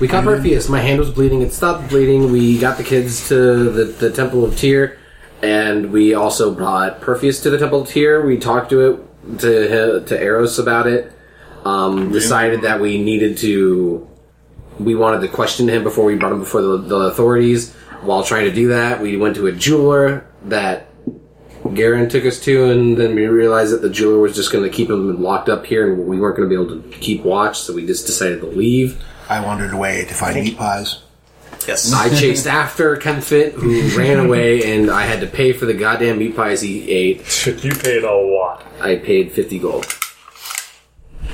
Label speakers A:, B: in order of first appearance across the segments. A: We caught Morpheus. My hand was bleeding. It stopped bleeding. We got the kids to the, the Temple of Tyr, and we also brought Perseus to the Temple of Tyr. We talked to it to hi- to Eros about it. Um, decided that we needed to. We wanted to question him before we brought him before the, the authorities. While trying to do that, we went to a jeweler that Garen took us to, and then we realized that the jeweler was just going to keep him locked up here, and we weren't going to be able to keep watch. So we just decided to leave.
B: I wandered away to find meat pies.
C: Yes.
A: I chased after Kenfit, who ran away, and I had to pay for the goddamn meat pies he ate.
D: you paid a lot.
A: I paid 50 gold.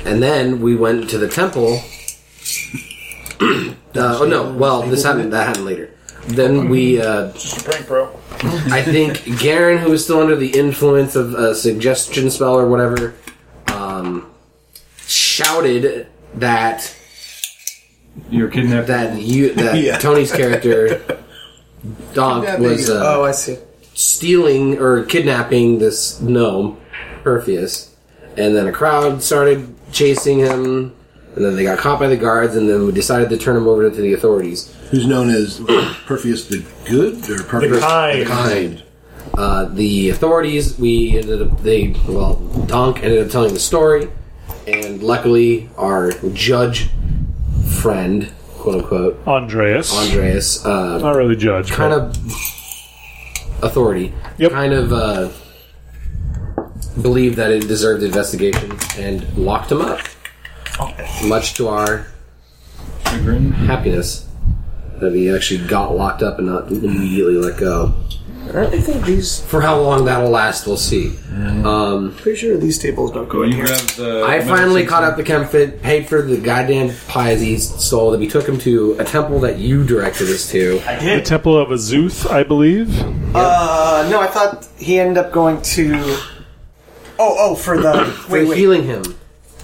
A: And then we went to the temple. Uh, oh no! Well, this happened. That happened later. Then we, uh,
D: Just a prank, bro.
A: I think, Garen, who was still under the influence of a suggestion spell or whatever, um, shouted that
E: You're kidnapped.
A: that you that
B: Yeah.
A: Tony's character dog was uh,
C: oh, I see.
A: stealing or kidnapping this gnome, Perseus, and then a crowd started chasing him, and then they got caught by the guards, and then we decided to turn him over to the authorities.
B: Who's known as Perfius the Good or Perfius
D: The kind.
B: kind.
A: Uh, the authorities, we ended up, they, well, Donk ended up telling the story, and luckily our judge friend, quote unquote,
D: Andreas.
A: Andreas, uh,
D: Not really judge.
A: kind
D: but-
A: of authority.
D: Yep.
A: Kind of uh, believed that it deserved investigation and locked him up. Much to our
E: Chagrin.
A: happiness that he actually got locked up and not immediately let go.
C: I don't think these.
A: For how long that'll last, we'll see. Um,
C: Pretty sure these tables don't go
E: Well, you
C: in here.
E: grab the.
A: I
E: metal
A: finally
E: six
A: caught
E: and-
A: up to Kemfit, paid for the goddamn pies he stole, that we took him to a temple that you directed us to.
C: I
D: the
C: did.
D: Temple of Azuth, I believe.
C: Uh, no, I thought he ended up going to. Oh, oh, for the
A: Wait,
C: wait, wait.
A: healing him.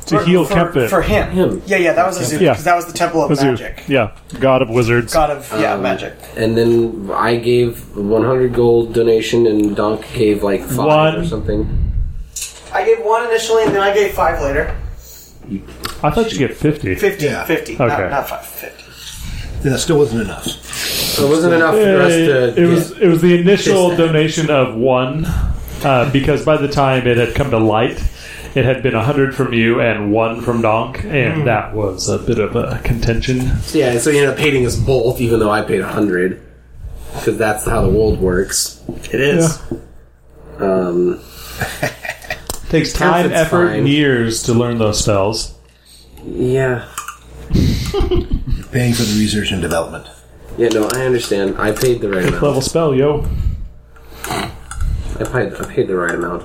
D: To
C: for,
D: heal
C: for,
D: Kempit.
C: for him.
A: Him.
C: Yeah, yeah, that was Azu.
D: Yeah.
C: Because that was the temple of
D: Azuth.
C: magic.
D: Yeah. God of Wizards.
C: God of yeah,
A: Um,
C: magic.
A: And then I gave 100 gold donation, and Donk gave like five or
D: One.
A: something.
C: I gave one initially, and then I gave five later.
D: I thought you get 50.
C: 50,
B: Yeah.
C: 50,
D: Okay.
C: not, not five, 50.
B: That still wasn't enough.
A: So it wasn't enough for us
D: it,
A: to.
D: it was it was the initial
A: Just that.
D: donation of one, uh, because by the time it had come to light, it had been hundred from you and one from Donk, and that was a bit of a contention.
A: yeah, so you ended up paying us both, even though I paid 100. Because that's how the world works.
C: It is.
A: Um,
D: Takes time,
A: Tempted's
D: effort,
A: fine.
D: and years to learn those spells.
A: yeah.
B: Paying for the research and development.
A: Yeah, no, I understand. I paid the right
D: Fifth level
A: amount.
D: spell, yo.
A: I paid, I paid the right amount.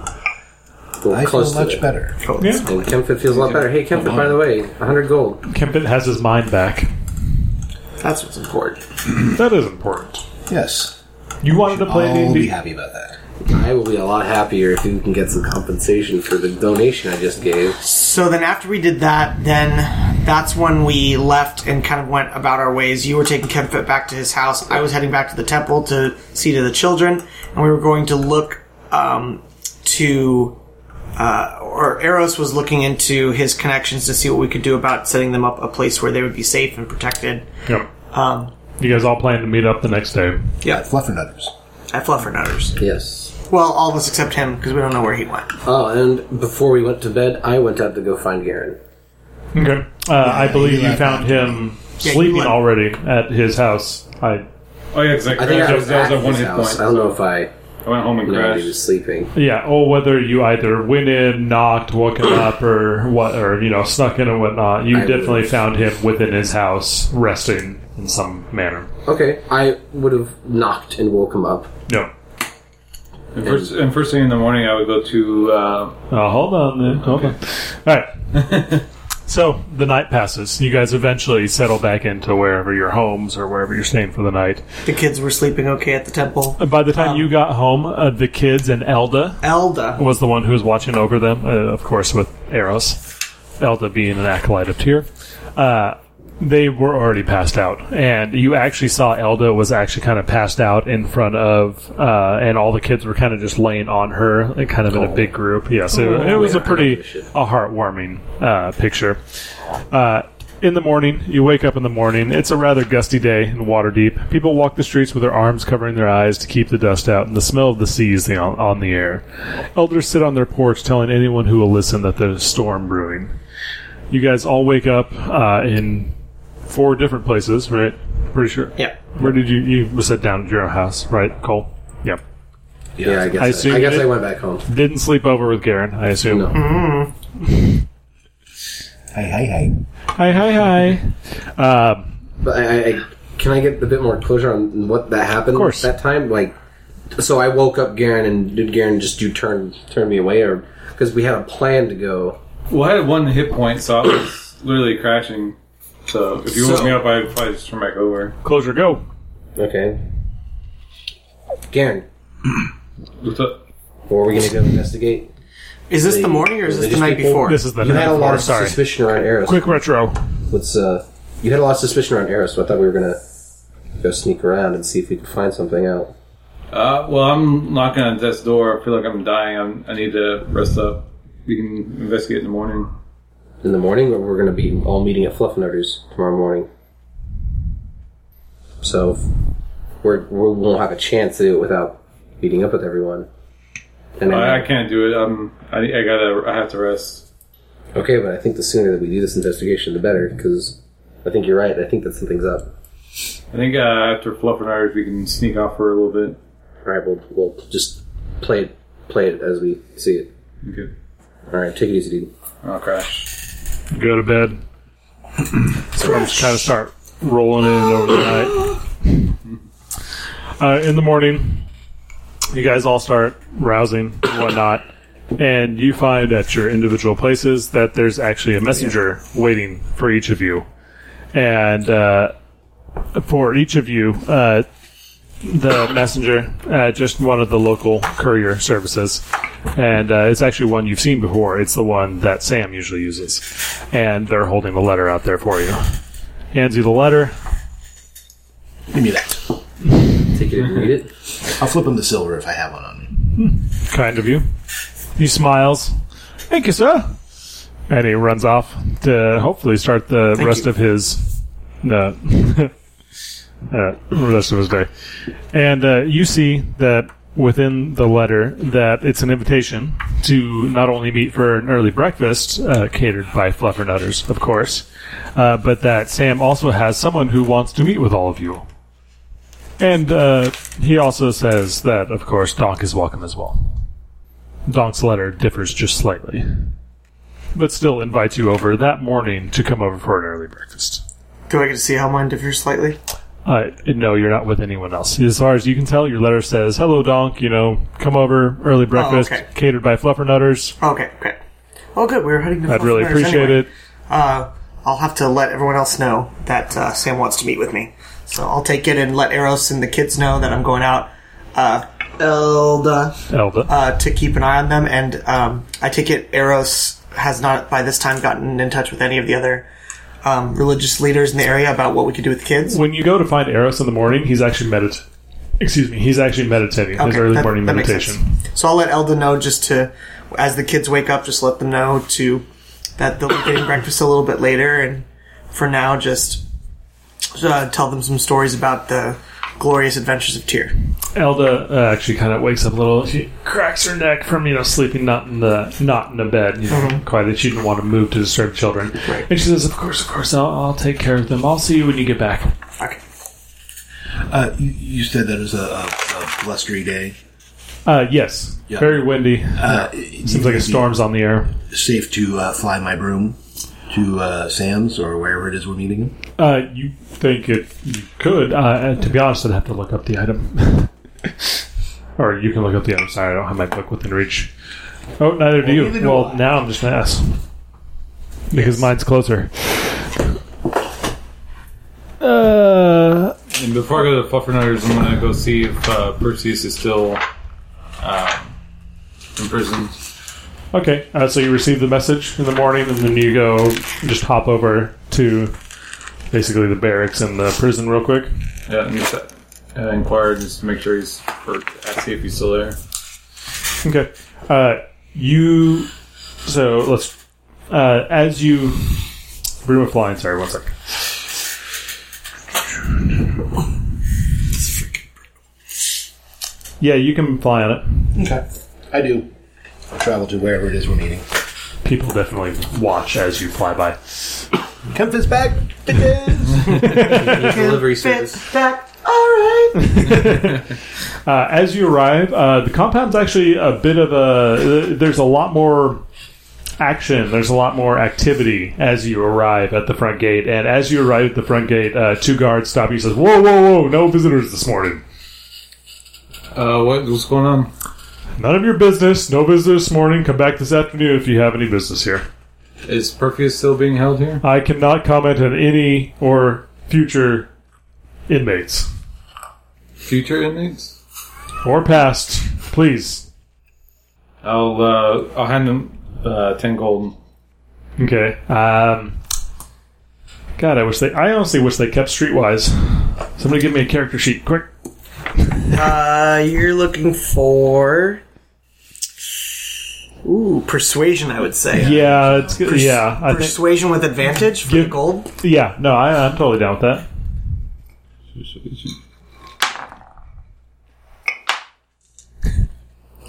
A: Well,
B: I feel
A: close to
B: much
A: it.
B: better.
D: Yeah,
A: And Kemfit feels a lot better. Hey, Kemfit, by the way, 100 gold.
D: Kempit has his mind back.
C: That's what's important.
D: That is important.
B: Yes.
D: You wanted to play
B: I'll be
D: D&D.
B: happy about that.
A: I will be a lot happier if you can get some compensation for the donation I just gave.
C: So then after we did that, then that's when we left and kind of went about our ways. You were taking Kempfit back to his house. I was heading back to the temple to see to the children, and we were going to look um, to. Uh, or Eros was looking into his connections to see what we could do about setting them up a place where they would be safe and protected.
D: Yep.
C: Um,
D: You guys all plan to meet up the next day.
C: yeah,
B: Fluffernutters.
C: at Fluffernutters.
A: Yes.
C: Well, all of us except him because we don't know where he went.
A: Oh, and before we went to bed, I went out to go find Garen.
D: Okay. Uh, I believe you
B: left.
D: found him
C: Yeah, you
D: sleeping
C: left.
D: already at his house. I
E: Oh yeah, because I,
A: I think I was, at
E: that was a one
A: his
E: hit
A: house.
E: point.
A: I don't know if I
E: I went home and
A: know he
E: crashed.
A: was sleeping.
D: Yeah, or whether you either went in, knocked, woken up, or what, or you know, snuck in and whatnot. You
A: I
D: definitely
A: would.
D: found him within his house, resting in some manner.
A: Okay, I would have knocked and woke him up.
D: No,
E: And first, and first thing in the morning, I would go to. Uh,
D: uh, hold on, then. hold on. All right. so the night passes. You guys eventually settle back into wherever your homes or wherever you're staying for the night.
C: The kids were sleeping okay at the temple.
D: And by the time
C: Um,
D: you got home, uh, the kids and Elda
C: Elda.
D: was the one who was watching over them, uh, of course, with Eros, Elda being an acolyte of Tyr. Uh, they were already passed out, and you actually saw Elda was actually kind of passed out in front of, uh, and all the kids were kind of just laying on her, like kind of in a big group. Yeah, so it was a
A: Yeah, I
D: pretty
A: love this shit.
D: a heartwarming uh, picture. Uh, in the morning, you wake up in the morning. It's a rather gusty day in Waterdeep. People walk the streets with their arms covering their eyes to keep the dust out, and the smell of the sea is the- on the air. Elders sit on their porch, telling anyone who will listen that there's a storm brewing. You guys all wake up uh, in four different places, right? Pretty sure.
C: Yep.
D: Where did you you sit down at your own house, right, Cole? Yep.
A: Yeah, I guess.
D: I
A: I,
D: assume
A: I guess
D: it-
A: I went back home.
D: Didn't sleep over with Garen, I assume.
A: No.
B: Hi, hi, hi.
D: Hi, hi, hi. Um,
A: But I, I, can I get a bit more closure on what that happened? Of
D: course.
A: That time, like, so I woke up Garen, and did Garen just do turn turn me away, or because we had a plan to go?
E: Well, I had one hit point, so I was literally crashing. So if you woke
A: So-
E: me up, I'd probably just turn back over.
D: Closure, go.
A: Okay. Garen,
E: What's up?
A: where are we gonna go investigate?
C: Is this
A: They-
C: the morning or is this
A: they
C: the
A: just
C: night
A: people-
C: before?
D: This is the
A: you had
D: night
A: a lot
D: before.
A: of
D: Sorry.
A: suspicion around Eros.
D: Quick retro.
A: What's uh? You had a lot of suspicion around Eros, so I thought we were gonna go sneak around and see if we could find something out.
E: Uh, well, I'm knocking on death's door. I feel like I'm dying. I'm, I need to rest up. We can investigate in the morning.
A: In the morning, or we're gonna be all meeting at Fluffinutter's tomorrow morning. So we're, we won't have a chance to do it without meeting up with everyone. And then-
E: I, I can't do it. I'm, I, I gotta. I have to rest.
A: okay, but I think the sooner that we do this investigation, the better. Because I think you're right. I think that something's up.
E: I think uh, after Fluff and Irish, we can sneak off for a little bit.
A: All right, we'll we'll just play it play it as we see it.
E: Okay.
A: All right, take it easy, dude.
E: I'll crash.
D: Go to bed. so I'm just kind of start rolling in over the night. Uh, in the morning, you guys all start rousing and whatnot, and you find at your individual places that there's actually a messenger waiting for each of you. And uh, for each of you, uh, the messenger, uh, just one of the local courier services. And uh, it's actually one you've seen before. It's the one that Sam usually uses. And they're holding the letter out there for you. Hands you the letter.
B: Give me that.
A: Take it if you need it.
B: I'll flip him the silver if I have one on me.
D: Kind of you. He smiles. Thank you, sir. And he runs off to hopefully start the rest
C: you.
D: of his uh, uh, rest of his day. And uh, you see that within the letter that it's an invitation to not only meet for an early breakfast uh, catered by Fluffernutters, of course, uh, but that Sam also has someone who wants to meet with all of you. And uh, he also says that, of course, Donk is welcome as well. Donk's letter differs just slightly, but still invites you over that morning to come over for an early breakfast.
C: Do I get to see how mine differs slightly?
D: Uh, no, you're not with anyone else. As far as you can tell, your letter says, "Hello, Donk. You know, come over, early breakfast,
C: Oh, okay.
D: catered by Fluffernutters.
C: Okay, okay. Oh, good. We were heading to.
D: I'd really appreciate it."
C: Uh, I'll have to let everyone else know that uh, Sam wants to meet with me. So I'll take it and let Eros and the kids know that I'm going out. Uh, Elda.
D: Elda,
C: uh, to keep an eye on them. And um, I take it Eros has not by this time gotten in touch with any of the other um, religious leaders in the area about what we could do with the kids.
D: when you go to find Eros in the morning, he's actually medit. Excuse me, he's actually meditating his
C: Okay,
D: early
C: that-
D: morning
C: that makes
D: meditation.
C: So I'll let Elda know just to, as the kids wake up, just let them know to that they'll be getting breakfast a little bit later. And for now, just uh, tell them some stories about the glorious adventures of Tyr.
D: Elda uh, actually kind of wakes up a little. She cracks her neck from you know sleeping not in the not in a bed. You know,
B: Mm-hmm.
D: Quite that she didn't want to move to disturb children. And she says, "Of course, of course, I'll, I'll take care of them. I'll see you when you get back."
C: Okay.
B: Uh, you, you said that it was a, a, a blustery day.
D: Uh, yes,
B: Yeah.
D: very windy.
B: Uh, it-
D: Seems like a storm's on the air.
B: Safe to uh, fly my broom to uh, Sam's or wherever it is we're meeting him.
D: Uh, you think it you could? Uh, and to be honest, I'd have to look up the item, or you can look up the item. Sorry, I don't have my book within reach. Oh, neither do you.
B: neither do
D: well,
B: I.
D: now I'm just gonna ask because mine's closer. Uh,
E: And before I go to Fluff and Irish, I'm gonna go see if uh, Perseus is still um, in prison.
D: okay. Uh, so you receive the message in the morning, and then you go just hop over to basically the barracks and the prison real quick.
E: Yeah, and just uh, inquire just to make sure he's or see if he's still there.
D: Okay. Uh, you. So let's. Uh, as you Broom of Flying, sorry, one sec. Yeah, you can fly on it.
B: Okay. I do. Travel to wherever it is we're meeting.
D: People definitely watch as you fly by.
B: Kempfist back. Bitches.
A: Delivery service.
C: Back. All right.
D: Uh, as you arrive, uh, the compound's actually a bit of a. There's a lot more action. There's a lot more activity as you arrive at the front gate. And as you arrive at the front gate, uh, two guards stop you. and Says, "Whoa, whoa, whoa! No visitors this morning.
E: Uh, what, what's going on?
D: None of your business. No visitors this morning. Come back this afternoon if you have any business here.
E: Is Perfius still being held here?
D: I cannot comment on any or future inmates
E: Future inmates?
D: or past. Please.
E: I'll uh, I'll hand him uh, ten gold.
D: Okay. Um, God, I wish they. I honestly wish they kept Streetwise. Somebody give me a character sheet, quick.
C: Uh, you're looking for. Ooh, persuasion. I would say.
D: Yeah, it's good. yeah. I think.
C: Persuasion with advantage for
D: Give-
C: gold.
D: Yeah, no, I, I'm totally down with that.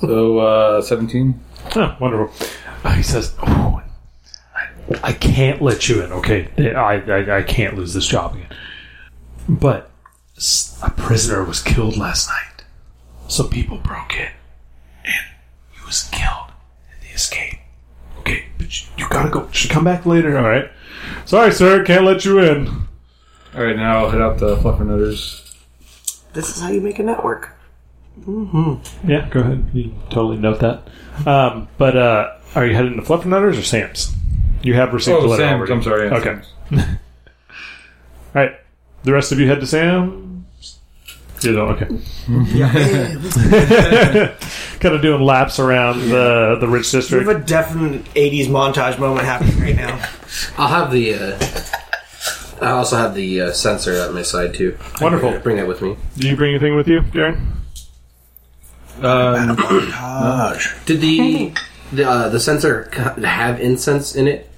E: So uh, seventeen.
D: Oh, wonderful. Uh, he says, oh, I, I can't let you in, okay? I, I, I can't lose this job again. But s- a prisoner was killed last night. Some people broke in, and he was killed in the escape. Okay, but you, you gotta go. Should come back later, alright? Sorry, sir, can't let you in.
E: All right, now I'll hit up the fluffernutters.
C: This is how you make a network.
D: Yeah, go ahead. You totally note that. Um, but uh, are you heading to Fluffernutters or Sam's? You have received the
E: Oh,
D: letter
E: Sam's.
D: already.
E: I'm sorry. yeah,
D: Okay.
E: Sam's.
D: All right. The rest of you head to Sam. You don't. Okay. kind of doing laps around the the rich
C: We have
D: district.
C: a definite '80s montage moment happening right now.
A: I'll have the. Uh, I also have the uh, sensor at my side too.
D: Wonderful.
A: Bring that with me.
D: Do you bring anything with you, Darren?
E: Um,
B: Gosh.
A: Did the the, uh, the sensor c- have incense in it?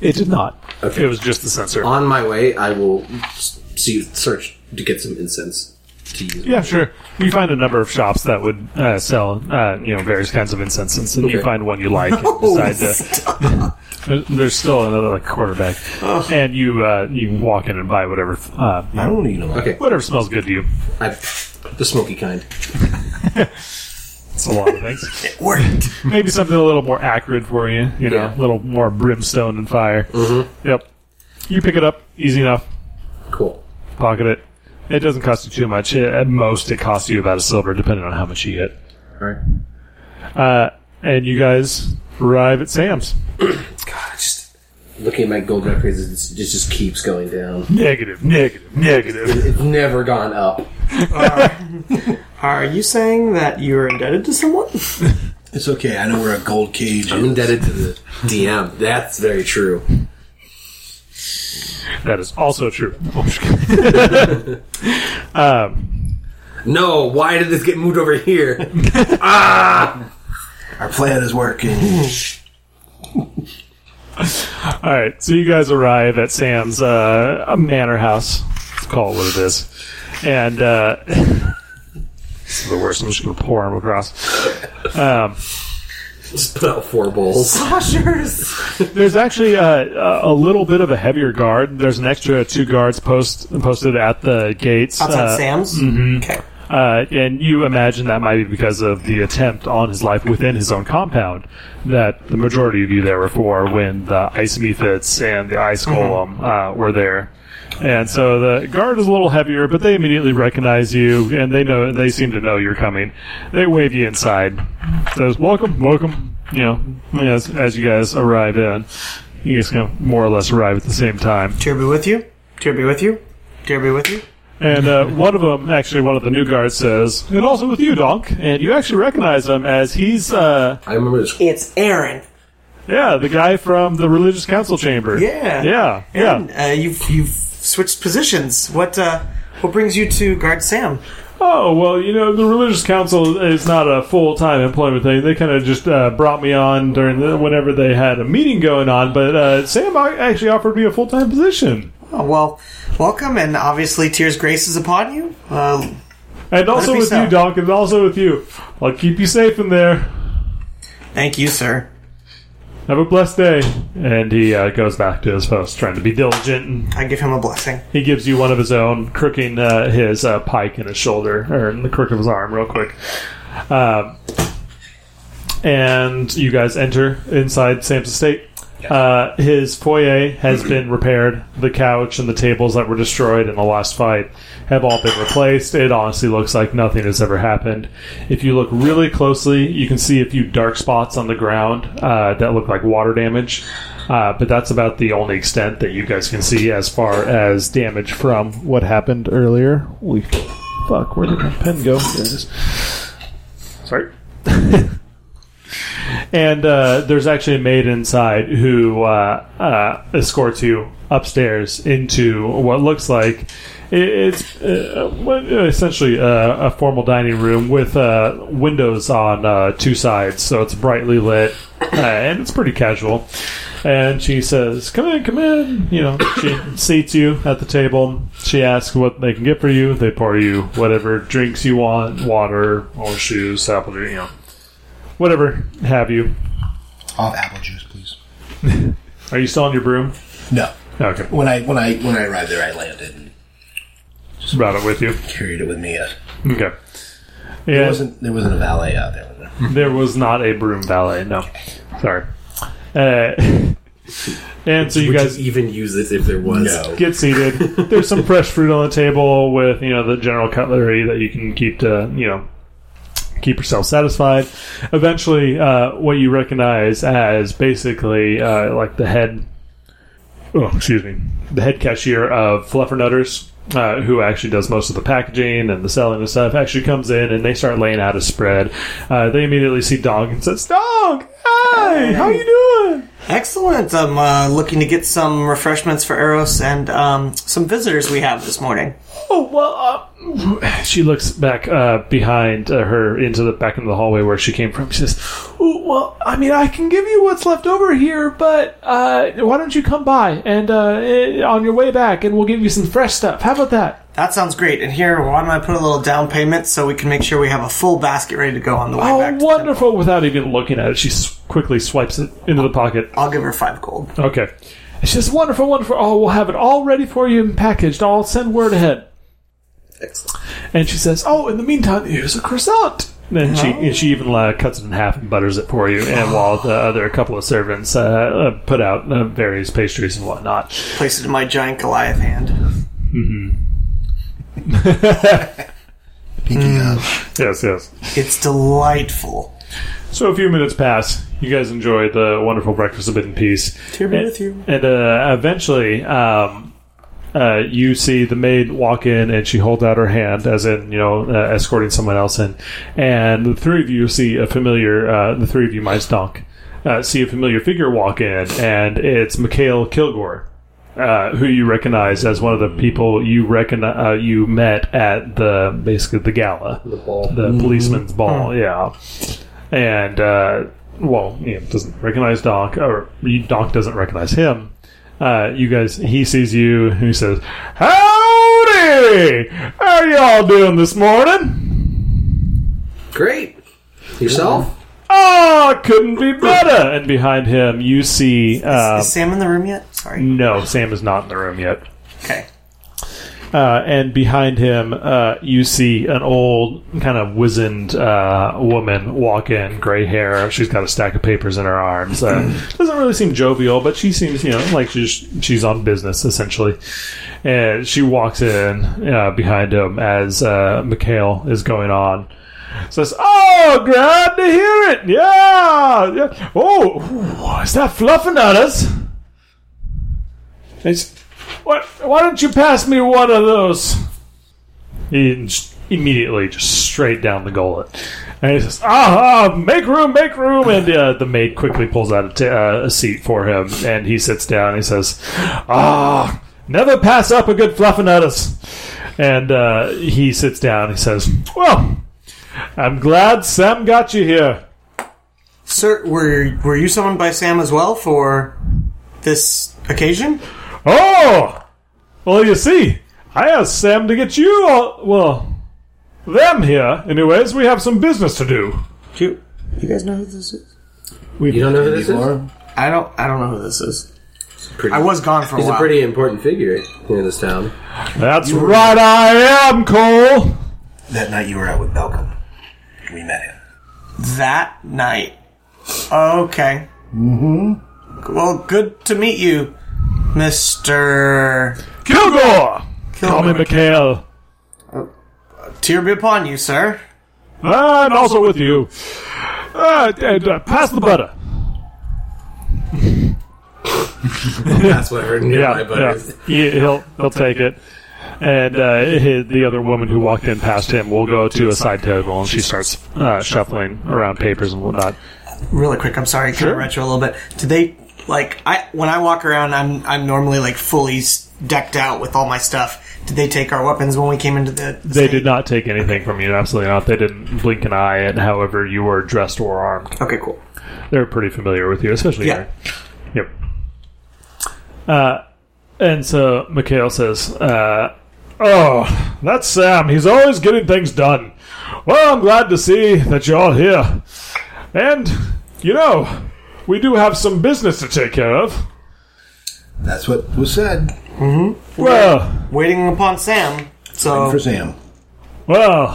D: It did not.
A: Okay. Uh,
D: It was just the sensor.
A: On my way, I will s- see search to get some incense to use.
D: Yeah, sure. You find a number of shops that would uh, sell, uh, you know, various kinds of incenses, and you
A: Okay.
D: find one you like and decide to. There- There's still another like quarterback, and you uh, you walk in and buy whatever uh,
B: I don't need them.
A: Okay,
D: whatever smells good to you.
A: I, the smoky kind.
D: It's a lot of things.
C: It worked.
D: Maybe something a little more acrid for you. You know,
A: Yeah.
D: a little more brimstone and fire. Mm-hmm. Yep. You pick it up easy enough.
A: Cool.
D: Pocket it. It doesn't cost you too much. It- at most, it costs you about a silver, depending on how much you get.
A: All right.
D: Uh, and you guys arrive at Sam's.
A: God, I just looking at my gold records, it's- it just keeps going down.
D: Negative, negative, negative.
A: It's never gone up.
C: Are you saying that you're indebted to someone?
B: It's okay. I know where a gold cage
A: I'm
B: is.
A: indebted to the DM. That's very true.
D: That is also true.
A: No, why did this get moved over here?
B: Our plan is working.
D: All right, so you guys arrive at Sam's uh, a manor house. Let's call it what it is. And uh, this is the worst. I'm just going to pour him across.
A: Just put out four bowls.
C: Ushers.
D: There's actually uh, a, a little bit of a heavier guard. There's an extra two guards post, posted at the gates.
C: Outside
D: uh,
C: Sam's. Okay.
D: Uh, and you imagine that might be because of the attempt on his life within his own compound that the majority of you there were for when the ice mephits and the ice golem uh, were there. And so the guard is a little heavier, but they immediately recognize you, and they know they seem to know you're coming. They wave you inside. Says, "Welcome, welcome." You know, as, as you guys arrive in, you guys kind of more or less arrive at the same time.
C: Dare be with you. Dare be with you. Dare be with you.
D: And uh, one of them, actually, one of the new guards says, and also with you, Donk. And you actually recognize him as he's, uh,
A: I remember this.
C: It's Aaron.
D: yeah, the guy from the religious council chamber.
C: Yeah.
D: Yeah. Yeah.
C: Aaron, uh, you've you've switched positions. What uh, what brings you to guard Sam?
D: oh, well, you know, the religious council is not a full time employment thing. They kind of just uh, brought me on during the, whenever they had a meeting going on, but uh, Sam a- actually offered me a full time position.
C: Oh, well, welcome, and obviously, Tears Grace is upon you. Uh,
D: And also
C: be
D: with
C: so.
D: you, Doc, and also with you. I'll keep you safe in there.
C: thank you, sir.
D: Have a blessed day. And he uh, goes back to his post, trying to be diligent. And
C: I give him a blessing.
D: he gives you one of his own, crooking uh, his uh, pike in his shoulder, or in the crook of his arm, real quick. Um, and you guys enter inside Sam's estate. Uh, his foyer has been repaired. The couch and the tables that were destroyed in the last fight have all been replaced. It honestly looks like nothing has ever happened. If you look really closely, you can see a few dark spots on the ground uh, that look like water damage. Uh, but that's about the only extent that you guys can see as far as damage from what happened earlier. Holy fuck, where did my pen go? There it is. Sorry. And uh, there's actually a maid inside who uh, uh, escorts you upstairs into what looks like i- it's uh, what- essentially uh, a, a formal dining room with uh, windows on uh, two sides, so it's brightly lit uh, and it's pretty casual. And she says, "Come in, come in." You know, she seats you at the table. She asks what they can get for you. They pour you whatever drinks you want, water or shoes, apple juice, you know whatever have you.
B: Off apple juice, please.
D: Are you still on your broom?
B: No.
D: Okay,
B: When I when I when I arrived there, I landed and
D: just brought it with you.
B: carried it with me. Uh,
D: Okay.
B: there
D: Yeah,
B: wasn't there wasn't a valet out there. Was there?
D: there was not a broom valet. No, sorry. Uh, and so you
A: Would
D: guys
A: you even use this if there was?
B: No.
D: get seated. There's some fresh fruit on the table with you know the general cutlery that you can keep to you know keep yourself satisfied. Eventually, uh, what you recognize as basically uh, like the head, oh excuse me, the head cashier of Fluffernutters. Uh, who actually does most of the packaging and the selling and stuff actually comes in and they start laying out a spread. Uh, they immediately see Dog and says, "Dog, hi, how you doing?"
C: Excellent. I'm uh, looking to get some refreshments for Eros and um, some visitors we have this morning.
D: Oh well, uh, she looks back uh, behind uh, her into the back of the hallway where she came from. She says, "Ooh, "Well, I mean, I can give you what's left over here, but uh, why don't you come by and uh, eh, on your way back, and we'll give you some fresh stuff. How about that?
C: That sounds great. And here, why don't I put a little down payment so we can make sure we have a full basket ready to go on the way
D: Oh,
C: back? to Temple?
D: wonderful!" Without even looking at it, she s- quickly swipes it into the pocket.
C: I'll give her five gold.
D: Okay, she says, "Wonderful, wonderful. Oh, we'll have it all ready for you and packaged. I'll send word ahead."
C: Excellent.
D: And she says, "Oh, in the meantime, here's a croissant." Then she and she even uh, cuts it in half and butters it for you. And while the other couple of servants uh, uh, put out uh, various pastries and whatnot,
C: Place it in my giant Goliath hand.
B: Pinky up.
D: yes, yes.
C: It's delightful.
D: So a few minutes pass. You guys enjoy the wonderful breakfast a bit in peace.
C: Here be with you.
D: And uh, eventually, um, uh, you see the maid walk in, and she holds out her hand, as in you know, uh, escorting someone else in. And the three of you see a familiar. Uh, the three of you, mice donk, uh, see a familiar figure walk in, and it's Mikhail Kilgore. Uh, who you recognize as one of the people you recognize, uh, you met at the basically the gala, the
A: ball.
D: the policeman's ball, yeah and uh, well, you know, doesn't recognize Doc, or Doc doesn't recognize him. Uh, you guys, he sees you, and he says, "Howdy, how y'all doing this morning?
A: Great. Yourself?
D: Oh, couldn't be better." And behind him, you see, uh,
C: Is Sam in the room yet? Sorry.
D: no, Sam is not in the room yet.
C: Okay.
D: Uh, and behind him, uh, you see an old, kind of wizened uh, woman walk in, gray hair. She's got a stack of papers in her arms. Uh, doesn't really seem jovial, but she seems, you know, like she's she's on business essentially. And she walks in uh, behind him as uh, Mikhail is going on. Says, "Oh, glad to hear it. Yeah, yeah. Oh, ooh, is that fluffing at us?" It's, what, why don't you pass me one of those? He just immediately just straight down the gullet. And he says, ah, ah make room, make room. And uh, the maid quickly pulls out a, t- uh, a seat for him. And he sits down. And he says, ah, never pass up a good fluffinuttus. And uh, he sits down. He says, "Well, I'm glad Sam got you here.
C: Sir, were were you summoned by Sam as well for this occasion?
D: Oh, well, you see, I asked Sam to get you all. Well, them here, anyways. We have some business to do.
C: Do you, you guys know who this is?
A: You don't know who this is?
B: Anymore?
C: I don't. I don't know who this is.
A: Pretty-
C: I was gone for a
A: He's a
C: while.
A: pretty important figure here in this town.
D: That's right, I am Cole.
B: That night you were out with Malcolm. We met him.
C: that night. Okay. Mm-hmm. Well, good to meet you, Mister.
D: Kilgore. Call me Mikhail.
C: Tear be upon you, sir.
D: I'm also with you. Uh, and uh, pass the butter.
A: That's what I heard in
D: Yeah,
A: nearby
D: yeah.
A: butters.
D: He, will he'll take it. And uh, he- the other woman who walked in past him will go to a side table and she starts uh, shuffling around papers and whatnot.
C: Really quick. I'm sorry. Can I retro a little bit? Did they like? I when I walk around, I'm I'm normally like fully s- decked out with all my stuff. Did they take our weapons when we came into the? the
D: They
C: state?
D: did not take anything from you, absolutely not. They didn't blink an eye at however you were dressed or armed.
C: Okay. Cool.
D: They're pretty familiar with you, especially
C: Yeah.
D: Aaron. Yep. Uh, and so Mikhail says, uh, Oh, that's Sam. He's always getting things done. Well, I'm glad to see that you're all here. And, you know, we do have some business to take care of.
B: That's what was said
D: Well,
C: Waiting upon Sam. So
B: for Sam.
D: well,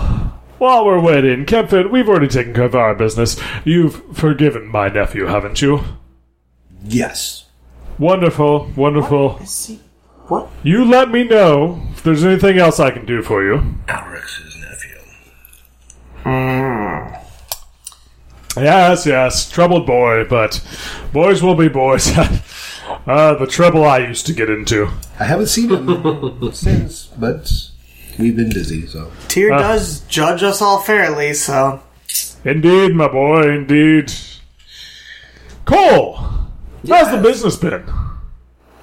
D: while we're waiting, Kempford, we've already taken care of our business. You've forgiven my nephew, haven't you?
B: Yes.
D: Wonderful, wonderful.
C: See, what?
D: You let me know if there's anything else I can do for you.
B: Alrex's nephew.
D: Yes, yes, troubled boy, but boys will be boys. uh, the trouble I used to get into.
B: I haven't seen him since, but we've been busy, so.
C: Tyr
D: uh,
C: does judge us all fairly, so
D: Indeed, my boy, indeed. Cole, how's the business been?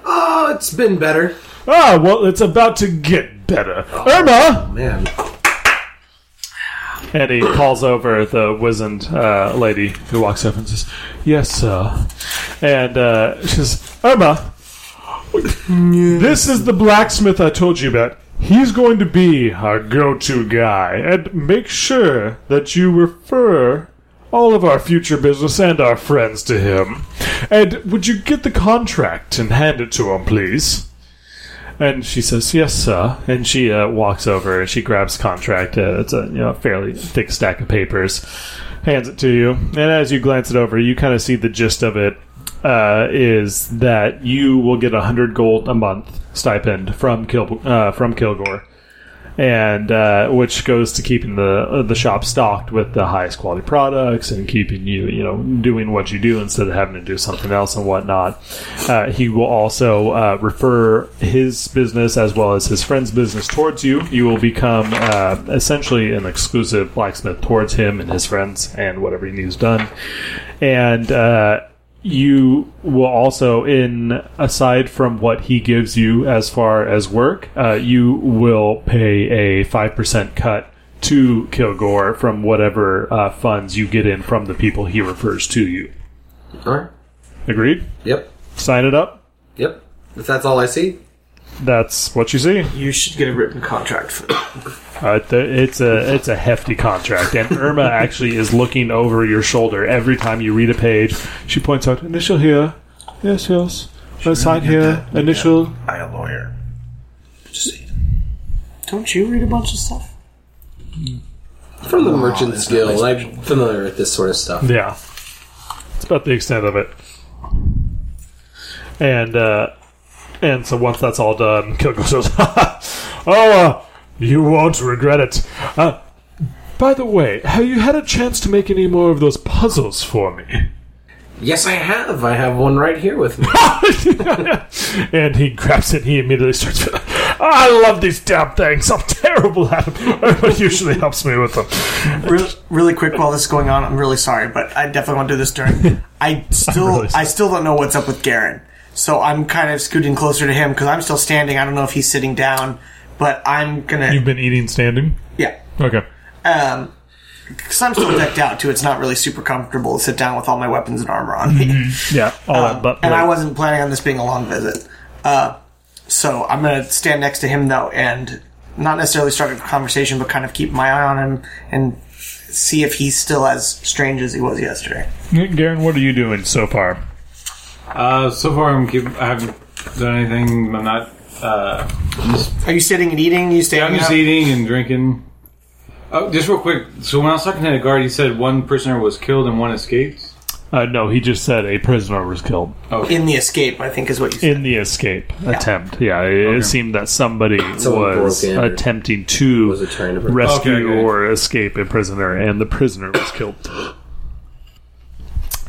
A: Oh, it's been better.
D: Ah, well, it's about to get better. Irma!
A: Man.
D: And he calls over the wizened uh, lady who walks up and says, Yes, sir. And uh, she says, Irma, this is the blacksmith I told you about. He's going to be our go to guy. And make sure that you refer all of our future business and our friends to him. And would you get the contract and hand it to him, please? And she says, "Yes, sir." And she uh, walks over and she grabs contract. Uh, it's a you know fairly thick stack of papers, hands it to you. And as you glance it over, you kind of see the gist of it uh, is that you will get a hundred gold a month stipend from Kil- uh, from Kilgore, and uh, which goes to keeping the uh, the shop stocked with the highest quality products and keeping you you know doing what you do instead of having to do something else and whatnot. Uh, he will also uh, refer his business as well as his friend's business towards you. You will become uh, essentially an exclusive blacksmith towards him and his friends and whatever he needs done, and. Uh, you will also in aside from what he gives you as far as work uh, you will pay a 5% cut to kilgore from whatever uh, funds you get in from the people he refers to you
A: Alright.
D: agreed
A: Yep.
D: sign it up
A: Yep. If that's all I see.
D: that's what you see
C: you should get a written contract for that.
D: Uh, th- it's a it's a hefty contract, and Irma actually is looking over your shoulder every time you read a page. She points out initial here, yes, yes, uh, sign here, initial.
B: I a lawyer. Just saying.
C: Don't you read a bunch of stuff?
A: From the merchant's guild, I'm familiar with this sort of stuff.
D: Yeah. It's about the extent of it. And uh and so once that's all done, Kilgore says, "Oh, uh, you won't regret it." Uh, by the way, have you had a chance to make any more of those puzzles for me?
A: Yes, I have. I have one right here with me.
D: and he grabs it. and He immediately starts. I love these damn things. I'm terrible at them. Everybody usually helps me with them.
C: Really, really quick while this is going on, I'm really sorry, but I definitely won't do this during. I still,
D: really sorry.
C: I still don't know what's up with Garen, so I'm kind of scooting closer to him because I'm still standing. I don't know if he's sitting down, but I'm gonna
D: You've been eating standing?
C: yeah.
D: Okay.
C: Um, because I'm still decked out too. It's not really super comfortable to sit down with all my weapons and armor on me.
D: Yeah, all that butt
C: Um,
D: plate.
C: and I wasn't planning on this being a long visit. Uh, so I'm going to stand next to him though, and not necessarily start a conversation, but kind of keep my eye on him and see if he's still as strange as he was yesterday.
D: Garen, what are you doing so far?
E: Uh, so far, I'm keep, I haven't done anything. I'm not. Uh, I'm just,
C: Are you sitting and eating? Are you
E: I'm
C: standing?
E: just
C: up?
E: eating and drinking. Oh, just real quick. So when I was talking to the guard, he said one prisoner was killed and one escaped.
D: Uh, no, he just said a prisoner was killed
C: in the escape, I think is what you said.
D: in the escape attempt. Yeah, it, it seemed that somebody
A: Someone
D: was
A: broke in or
D: attempting to
A: was a train of-
D: rescue
E: Okay, okay.
D: or escape a prisoner, and the prisoner was killed.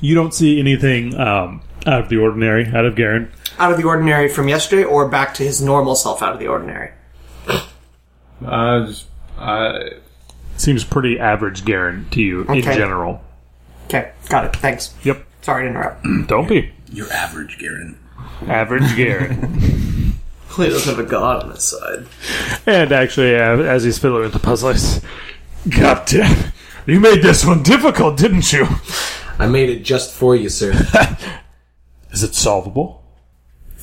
D: You don't see anything um, out of the ordinary out of Garen.
C: Out of the ordinary from yesterday, or back to his normal self out of the ordinary.
E: Uh, just, I
D: Seems pretty average Garen to you in
C: Okay.
D: general.
C: Okay, got it. Thanks.
D: Yep.
C: Sorry to interrupt.
D: Don't be
B: You're average, Garen.
D: average Garen.
C: Clearly doesn't have a god on his side.
D: And actually, uh, as he's fiddling with the puzzle, he's, God damn, you made this one difficult, didn't you?
A: I made it just for you, sir.
D: Is it solvable?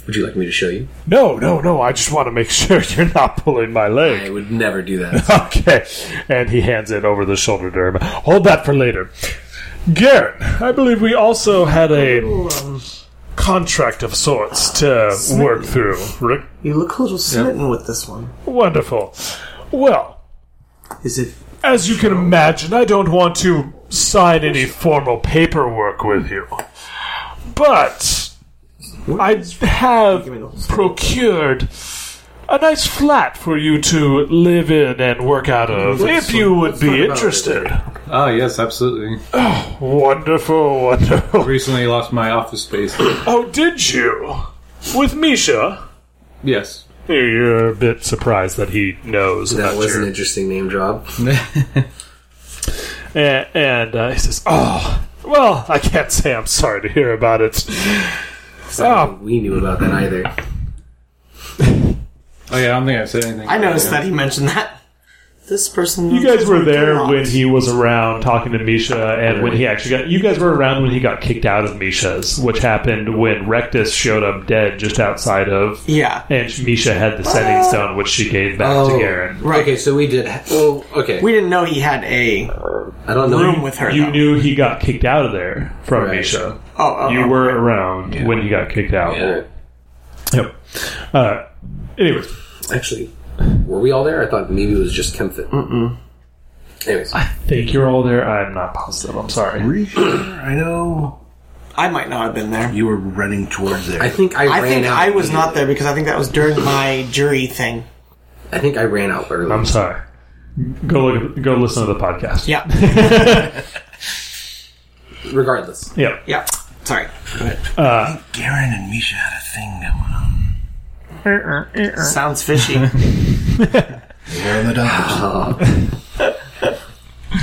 A: Would you like me to show you?
D: No, no, no. I just want to make sure you're not pulling my
A: I
D: leg.
A: would never do that.
D: Okay. And he hands it over the shoulder to him. Hold that for later. Garrett, I believe we also had a contract of sorts to work through. Rick?
C: You look a little smitten with this one.
D: Wonderful. Well,
C: Is it?
D: As you can imagine, I don't want to sign any formal paperwork with you. But I have
C: me the whole story.
D: procured a nice flat for you to live in and work out of if you would be interested.
E: oh yes, absolutely.
D: Wonderful, wonderful.
E: Recently lost my office space.
D: Oh, did you? With Misha?
E: yes.
D: You're uh, a bit surprised that he knows
A: That
D: about
A: was
D: your-
A: an interesting name drop.
D: And, and uh, he says, Oh, well, I can't say I'm sorry to hear about it. Ah,
A: I don't think We knew about that either.
E: Oh yeah, I don't think I've said anything.
C: I noticed that he mentioned that. This person.
D: You guys were there
C: doing
D: when
C: wrong.
D: he was around talking to Misha, and when he actually got. You guys were around when he got kicked out of Misha's, which happened when Rectus showed up dead just outside of.
C: Yeah.
D: And Misha had the setting stone, which she gave back to Garen.
A: Oh, Right. Okay, so we did. ha- Well, okay.
C: We didn't know he had a
A: I don't know.
C: room with her.
D: You
C: though.
D: knew he got kicked out of there from
A: Right.
D: Misha.
C: Oh, oh,
D: You
C: oh.
D: were around when he got kicked out.
A: Yeah.
D: Yep. Uh, anyways,
A: Actually, were we all there? I thought maybe it was just Kempfit. Mm-mm. Anyways,
D: I think you're all there. I'm not positive. I'm sorry.
B: Pretty sure I know
C: I might not have been there.
B: you were running towards there.
A: I think I,
C: I
A: ran
C: think
A: out.
C: I was not there because I think that was during my jury thing.
A: I think I ran out early.
D: I'm sorry. Go look. Go listen to the podcast.
C: Yeah.
A: Regardless,
D: Yep.
C: Yeah. Sorry.
B: Garen and Misha had a thing going on.
C: Sounds fishy.
B: They were on the doctors.
D: and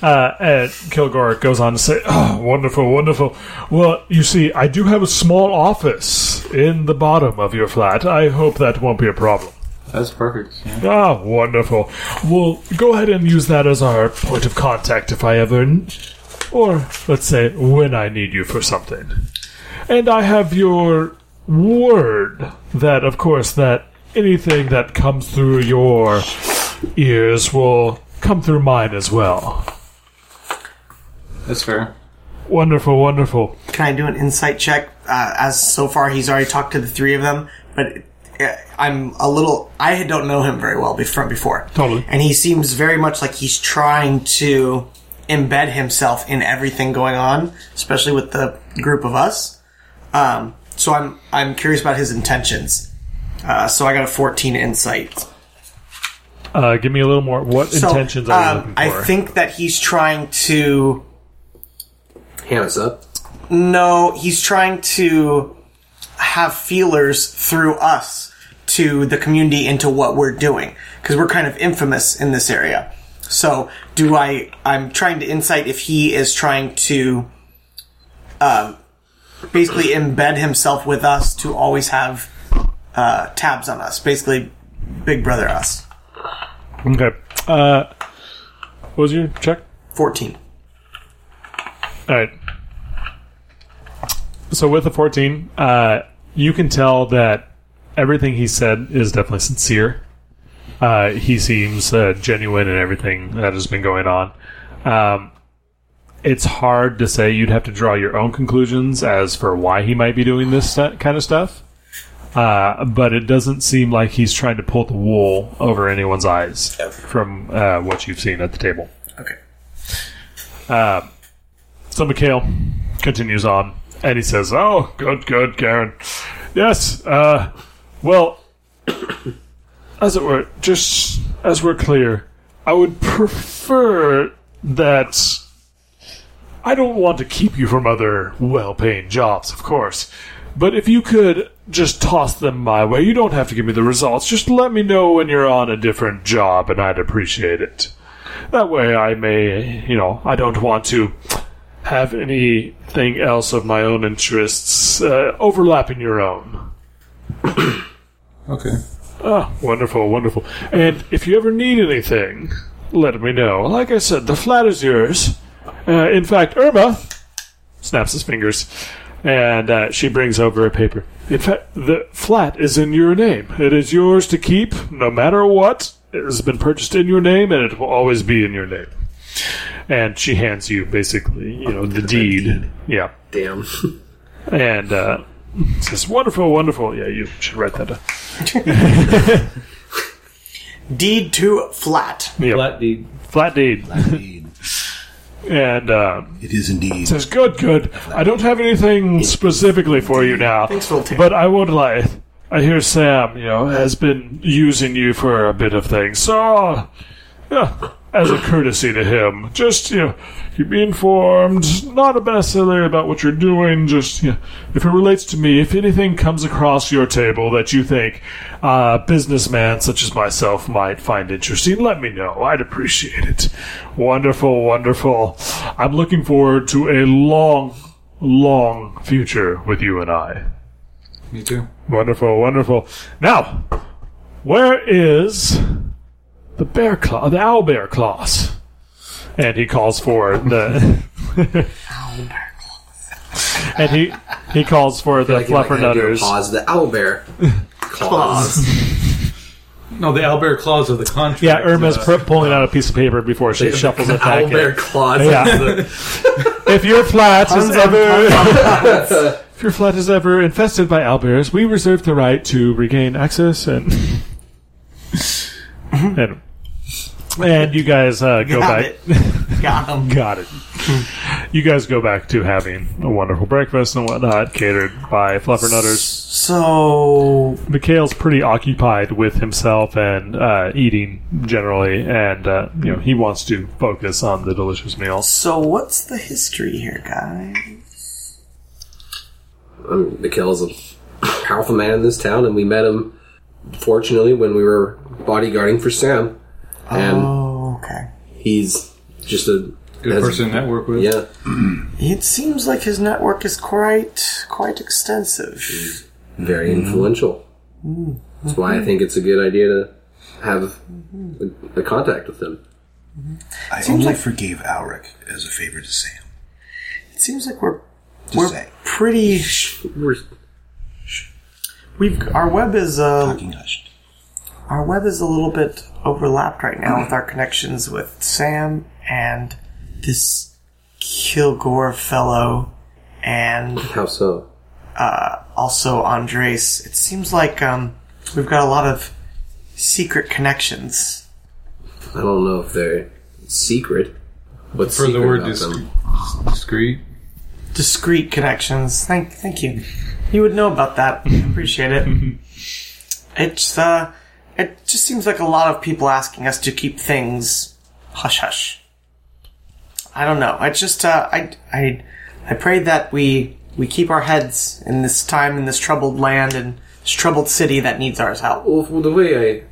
D: Uh, Kilgore goes on to say, oh, "Wonderful, wonderful. Well, you see, I do have a small office in the bottom of your flat. I hope that won't be a problem."
E: That's perfect. Yeah.
D: Ah, wonderful. Well, go ahead and use that as our point of contact if I ever, n- or let's say, when I need you for something. And I have your word that, of course, that anything that comes through your ears will come through mine as well.
E: That's fair.
D: Wonderful, wonderful.
C: Can I do an insight check? Uh, as so far, he's already talked to the three of them, but uh, I'm a little. I don't know him very well be- from before.
D: Totally.
C: And he seems very much like he's trying to embed himself in everything going on, especially with the group of us. Um, so I'm I'm curious about his intentions. Uh, so I got a 14 insight.
D: Uh, give me a little more. What
C: So,
D: intentions are you
C: um,
D: looking for?
C: I think that he's trying to.
A: hand us up.
C: No, he's trying to have feelers through us to the community into what we're doing because we're kind of infamous in this area. So, do I? I'm trying to insight if he is trying to um, basically embed himself with us to always have uh, tabs on us, basically Big Brother us.
D: Okay. Uh, what was your check?
C: 14.
D: All right. So with the 14, uh, you can tell that everything he said is definitely sincere. Uh, he seems uh, genuine in everything that has been going on. Um, it's hard to say. You'd have to draw your own conclusions as for why he might be doing this stu- kind of stuff. Uh, but it doesn't seem like he's trying to pull the wool over anyone's eyes from uh, what you've seen at the table.
C: Okay.
D: So Mikhail continues on, and he says, "Oh, good, good, Garen. Yes. Uh, well, as it were, just as we're clear, I would prefer that. I don't want to keep you from other well-paying jobs, of course, but if you could just toss them my way, you don't have to give me the results. Just let me know when you're on a different job, and I'd appreciate it. That way, I may, you know, I don't want to." have anything else of my own interests uh, overlapping your own.
E: Okay.
D: Ah, wonderful, wonderful. And if you ever need anything, let me know. Like I said, the flat is yours. Uh, in fact, Irma snaps his fingers, and uh, she brings over a paper. In fact, the flat is in your name. It is yours to keep, no matter what. It has been purchased in your name, and it will always be in your name. And she hands you basically, you know, the deed. Yeah
A: Damn.
D: and uh, says, "Wonderful, wonderful." Yeah, you should write that down.
C: Deed to flat.
D: Yeah.
E: Flat deed.
D: flat deed,
B: Indeed.
D: and uh,
B: It is indeed.
D: says, "Good, good. I don't have anything specifically for you now,
C: Thanks, Phil.
D: but I would like." I hear Sam, you know, has been using you for a bit of things, so yeah, as a courtesy to him, just you know, you be informed, not necessarily about what you're doing, just you know, if it relates to me, if anything comes across your table that you think a businessman such as myself might find interesting, let me know. I'd appreciate it. Wonderful, wonderful. I'm looking forward to a long, long future with you and I.
E: Me too.
D: Wonderful, wonderful. Now, where is the bear claw, the owl bear claws? And he calls for the and he he calls for the fluffernutters.
A: Pause the owlbear. Claws.
E: No, the owlbear claws of the contract.
D: yeah, Irma's
E: uh,
D: pr- pulling out a piece of paper before she shuffles it back.
A: Owlbear
D: In.
A: claws.
D: Yeah. if your flat is ever if your flat is ever infested by owlbears, we reserve the right to regain access and and, and you guys uh, go
C: Got
D: back.
C: it. Got him.
D: Got it. You guys go back to having a wonderful breakfast and whatnot, catered by Fluffernutters.
C: So
D: Mikhail's pretty occupied with himself and uh, eating generally, and uh, you know he wants to focus on the delicious meals.
C: So what's the history here, guys?
A: Um, Mikhail's a powerful man in this town, and we met him, fortunately, when we were bodyguarding for Sam. And
C: Oh, okay.
A: he's just a
E: good
A: has-
E: person to network with.
A: Yeah.
C: It seems like his network is quite quite extensive.
A: very influential. That's why I think it's a good idea to have a, a contact with him.
B: I only forgave Alric as a favor to Sam.
C: It seems like we're
B: Just say.
C: pretty.
A: We're,
C: We've our web is uh,
B: Fucking hushed.
C: our web is a little bit overlapped right now with our connections with Sam and this Kilgore fellow, and uh,
A: how so?
C: also Andres. It seems like um, we've got a lot of secret connections.
A: I don't know if they're secret. What's
E: For the
A: secret
E: word
A: about
E: disc-
A: them?
E: discreet.
C: discreet connections. Thank, thank you. You would know about that. Appreciate it. It's uh, it just seems like a lot of people asking us to keep things hush hush. I don't know. I just uh, I I I pray that we we keep our heads in this time in this troubled land and this troubled city that needs our help.
A: Well, from the way I,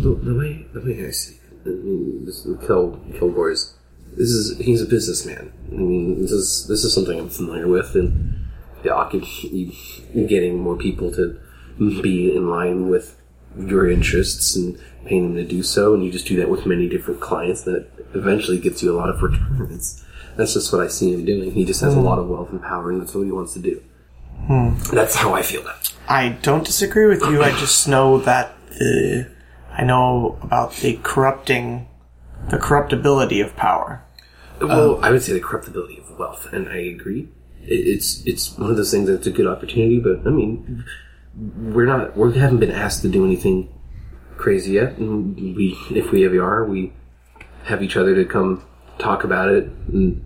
A: the, the way the way I see, it, I mean, this Kel Kilgore is this is he's a businessman. I mean, this is this is something I'm familiar with, and the occup- getting more people to be in line with your interests and paying them to do so, and you just do that with many different clients that eventually gets you a lot of returns. That's just what I see him doing. He just has a lot of wealth and power, and that's what he wants to do. That's how I feel about it.
C: I don't disagree with you. I just know that the I know about the corrupting, the corruptibility of power. Um,
A: Well, I would say the corruptibility of wealth, and I agree. It- It's it's one of those things that's a good opportunity, but I mean, we're not we haven't been asked to do anything crazy yet. And We if we ever are, we have each other to come talk about it and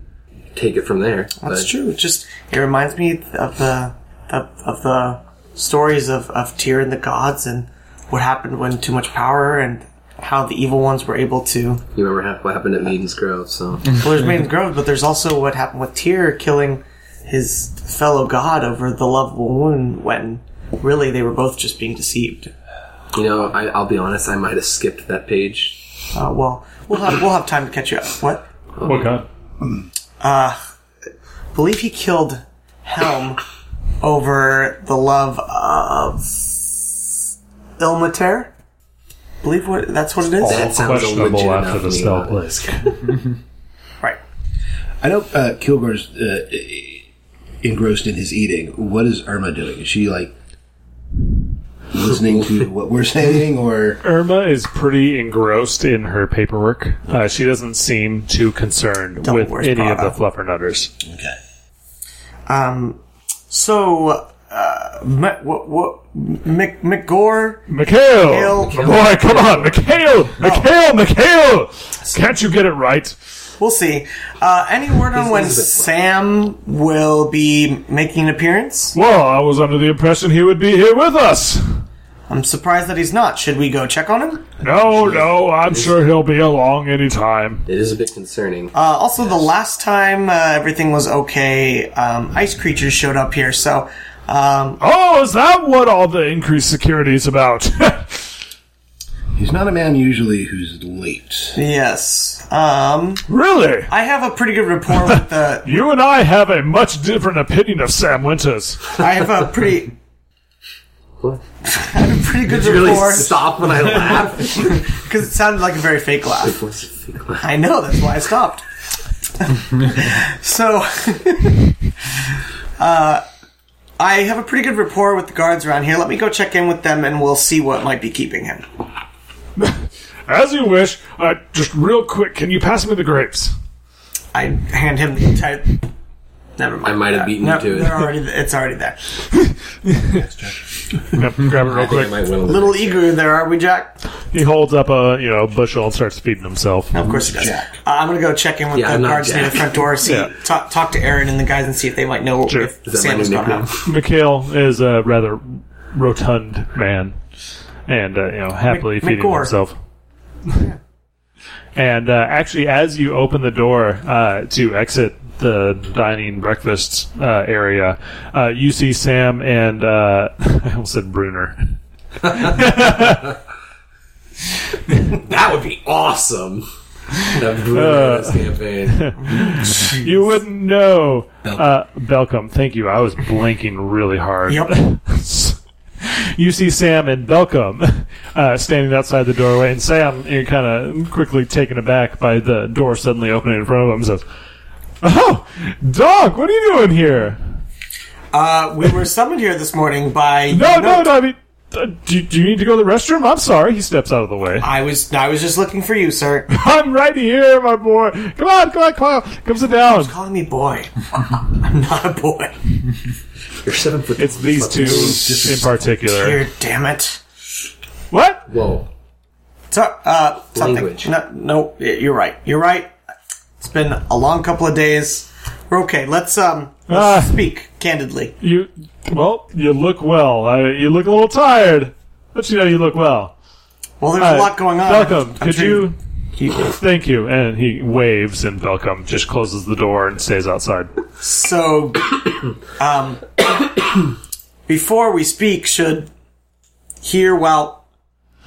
A: take it from there.
C: That's true. It just it reminds me of the of, of the stories of of Tyr and the gods and what happened when too much power and how the evil ones were able to.
A: You remember ha- what happened at Maiden's Grove, so
C: Well, there's Maiden's Grove, but there's also what happened with Tyr killing his fellow god over the love of a woman when really they were both just being deceived.
A: you know I, I'll be honest, I might have skipped that page.
C: Uh, well, we'll have we'll have time to catch you up. What?
D: What kind?
C: believe he killed Helm over the love of Ilmater. Believe what that's what it is.
A: That sounds legit
D: Questionable
A: enough
D: after
A: to
D: the
A: me
D: spell
A: about it.
D: blisk.
C: Right.
B: I know uh, Kilgore's uh, engrossed in his eating. What is Irma doing? Is she like listening to what we're saying, or
D: Irma is pretty engrossed in her paperwork. Uh, she doesn't seem too concerned
C: Double
D: with
C: worst
D: any of the
C: product.
D: fluffernutters.
B: okay?
C: Um. So, uh, M- what what Mc- McGore?
D: Mikhail!
C: Mikhail.
D: My boy, come on! Oh. Mikhail! Mikhail! Mikhail! Can't you get it right?
C: We'll see. Uh, any word on when
A: Elizabeth.
C: Sam will be making an appearance?
D: Well, I was under the impression he would be here with us.
C: I'm surprised that he's not. Should we go check on him?
D: No, no, I'm sure he'll be along any time.
A: It is a bit concerning.
C: Uh, also, the last time uh, everything was okay, um, ice creatures showed up here. So, um,
D: Oh, is that what all the increased security is about?
B: He's not a man usually who's late.
C: Yes. Um,
D: really?
C: I have a pretty good rapport with the.
D: You and I have a much different opinion of Sam Winters.
C: I have a pretty.
A: What?
C: I have a pretty good
A: Really
C: rapport
A: stop when I laugh.
C: because it sounded like a very fake laugh. I know that's why I stopped. so, uh, I have a pretty good rapport with the guards around here. Let me go check in with them, and we'll see what might be keeping him.
D: As you wish. Uh, just real quick, can you pass me the grapes?
C: I hand him the entire. Never mind.
A: I might have
C: that.
A: beaten you to it.
C: they're Already, it's already there.
D: Yep, grab it real
A: I
D: quick.
A: might win a
C: Little eager there, are we, Jack?
D: He holds up a you know bushel and starts feeding himself.
C: Of course he does.
B: Jack.
C: Uh, I'm gonna go check in with
A: Yeah, I'm
C: the
A: not
C: guards near the
A: Jack.
C: front door. See,
D: Yeah.
C: talk, talk to Aaron and the guys and see if they might know
D: Sure.
C: if
A: Is that
C: Sam
A: my
C: is
A: new
C: gone
A: nickname?
C: out.
D: Mikhail is a rather rotund man, and uh, you know happily
C: Mc-
D: feeding
C: McGore.
D: himself. and uh, actually, as you open the door uh, to exit the dining breakfast uh, area, uh, you see Sam and uh, I almost said Bruner.
A: That would be awesome. The Bruno
D: Uh,
A: Mars campaign.
D: You wouldn't know. Uh, Belcom, thank you. I was blinking really hard.
C: Yep.
D: you see Sam and Belcom uh, standing outside the doorway, and Sam, you're kind of quickly taken aback by the door suddenly opening in front of him, says, Oh, Doc, what are you doing here?
C: Uh, we were summoned here this morning by.
D: No, no, no, I mean, uh, do, do you need to go to the restroom? I'm sorry. He steps out of the way.
C: I was I was just looking for you, sir.
D: I'm right here, my boy. Come on, come on, come on. Come sit down.
C: Calling me boy. I'm not a boy.
A: You're seven foot.
D: It's these two in particular.
C: Here, damn it.
D: What?
A: Whoa.
C: So, uh, something.
A: Language.
C: No, no, y- you're right. You're right. It's been a long couple of days. We're okay. Let's um
D: Ah.
C: let's speak candidly.
D: You well, you look well. I, you look a little tired, but you know you look well.
C: Well, there's a lot going on.
D: Welcome.
C: I'm
D: Could
C: sure
D: you?
C: you-
D: Thank you. And he waves, and Belcom just closes the door and stays outside.
C: So, um, before we speak, should hear while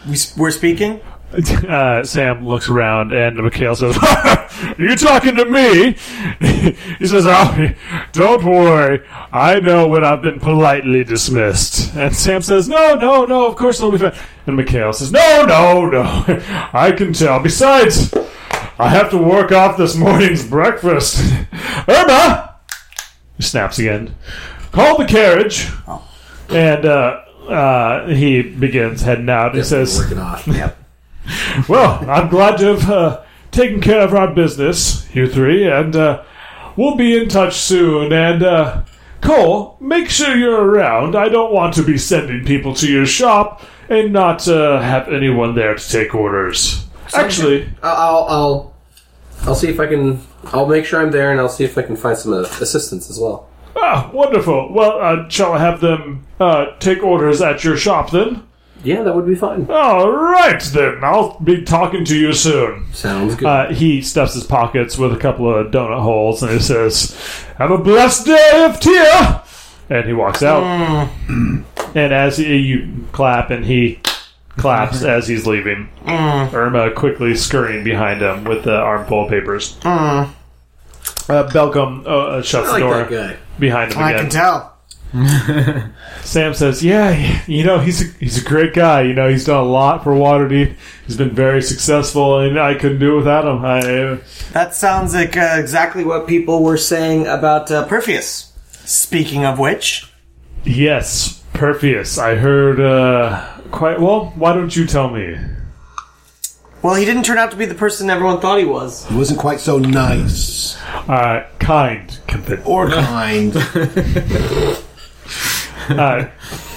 C: we, s- we're speaking?
D: Uh, Sam looks around and Mikhail says, Are you talking to me? he says, oh, Don't worry. I know when I've been politely dismissed. And Sam says, No, no, no, of course it'll be fine. And Mikhail says, No, no, no. I can tell. Besides, I have to work off this morning's breakfast. Irma! He snaps again. Call the carriage. And uh, uh, he begins heading out. He says,
A: Work it off. Yep.
D: well, I'm glad to have uh, taken care of our business, you three, and uh, we'll be in touch soon. And uh, Cole, make sure you're around. I don't want to be sending people to your shop and not uh, have anyone there to take orders. Actually,
A: I'll, I'll, I'll, I'll see if I can. I'll make sure I'm there, and I'll see if I can find some uh, assistance as well.
D: ah, wonderful. Well, uh, shall I have them uh, take orders at your shop then?
A: Yeah, that would be fine.
D: All right, then. I'll be talking to you soon.
A: Sounds good.
D: Uh, he stuffs his pockets with a couple of donut holes and he says, Have a blessed day of tear! And he walks out.
A: Mm.
D: and as he, you clap and he
A: Mm.
D: claps as he's leaving, Irma quickly scurrying behind him with the armful of papers. Uh, Belcom uh, uh, shuts
A: Mm. I
D: the door
A: like that guy.
D: behind him
C: I
D: again.
C: can tell.
D: Sam says, "Yeah, you know, he's a, he's a great guy. You know, he's done a lot for Waterdeep. He's been very successful, and I couldn't do it without him. I,
C: That sounds like uh, exactly what people were saying about uh, Perseus. Speaking of which,
D: Yes, Perfius. I heard uh, quite well. Why don't you tell me?
C: well, he didn't turn out to be the person everyone thought he was.
B: It wasn't quite so nice
D: Uh, kind. compa-
B: or kind.
D: Uh,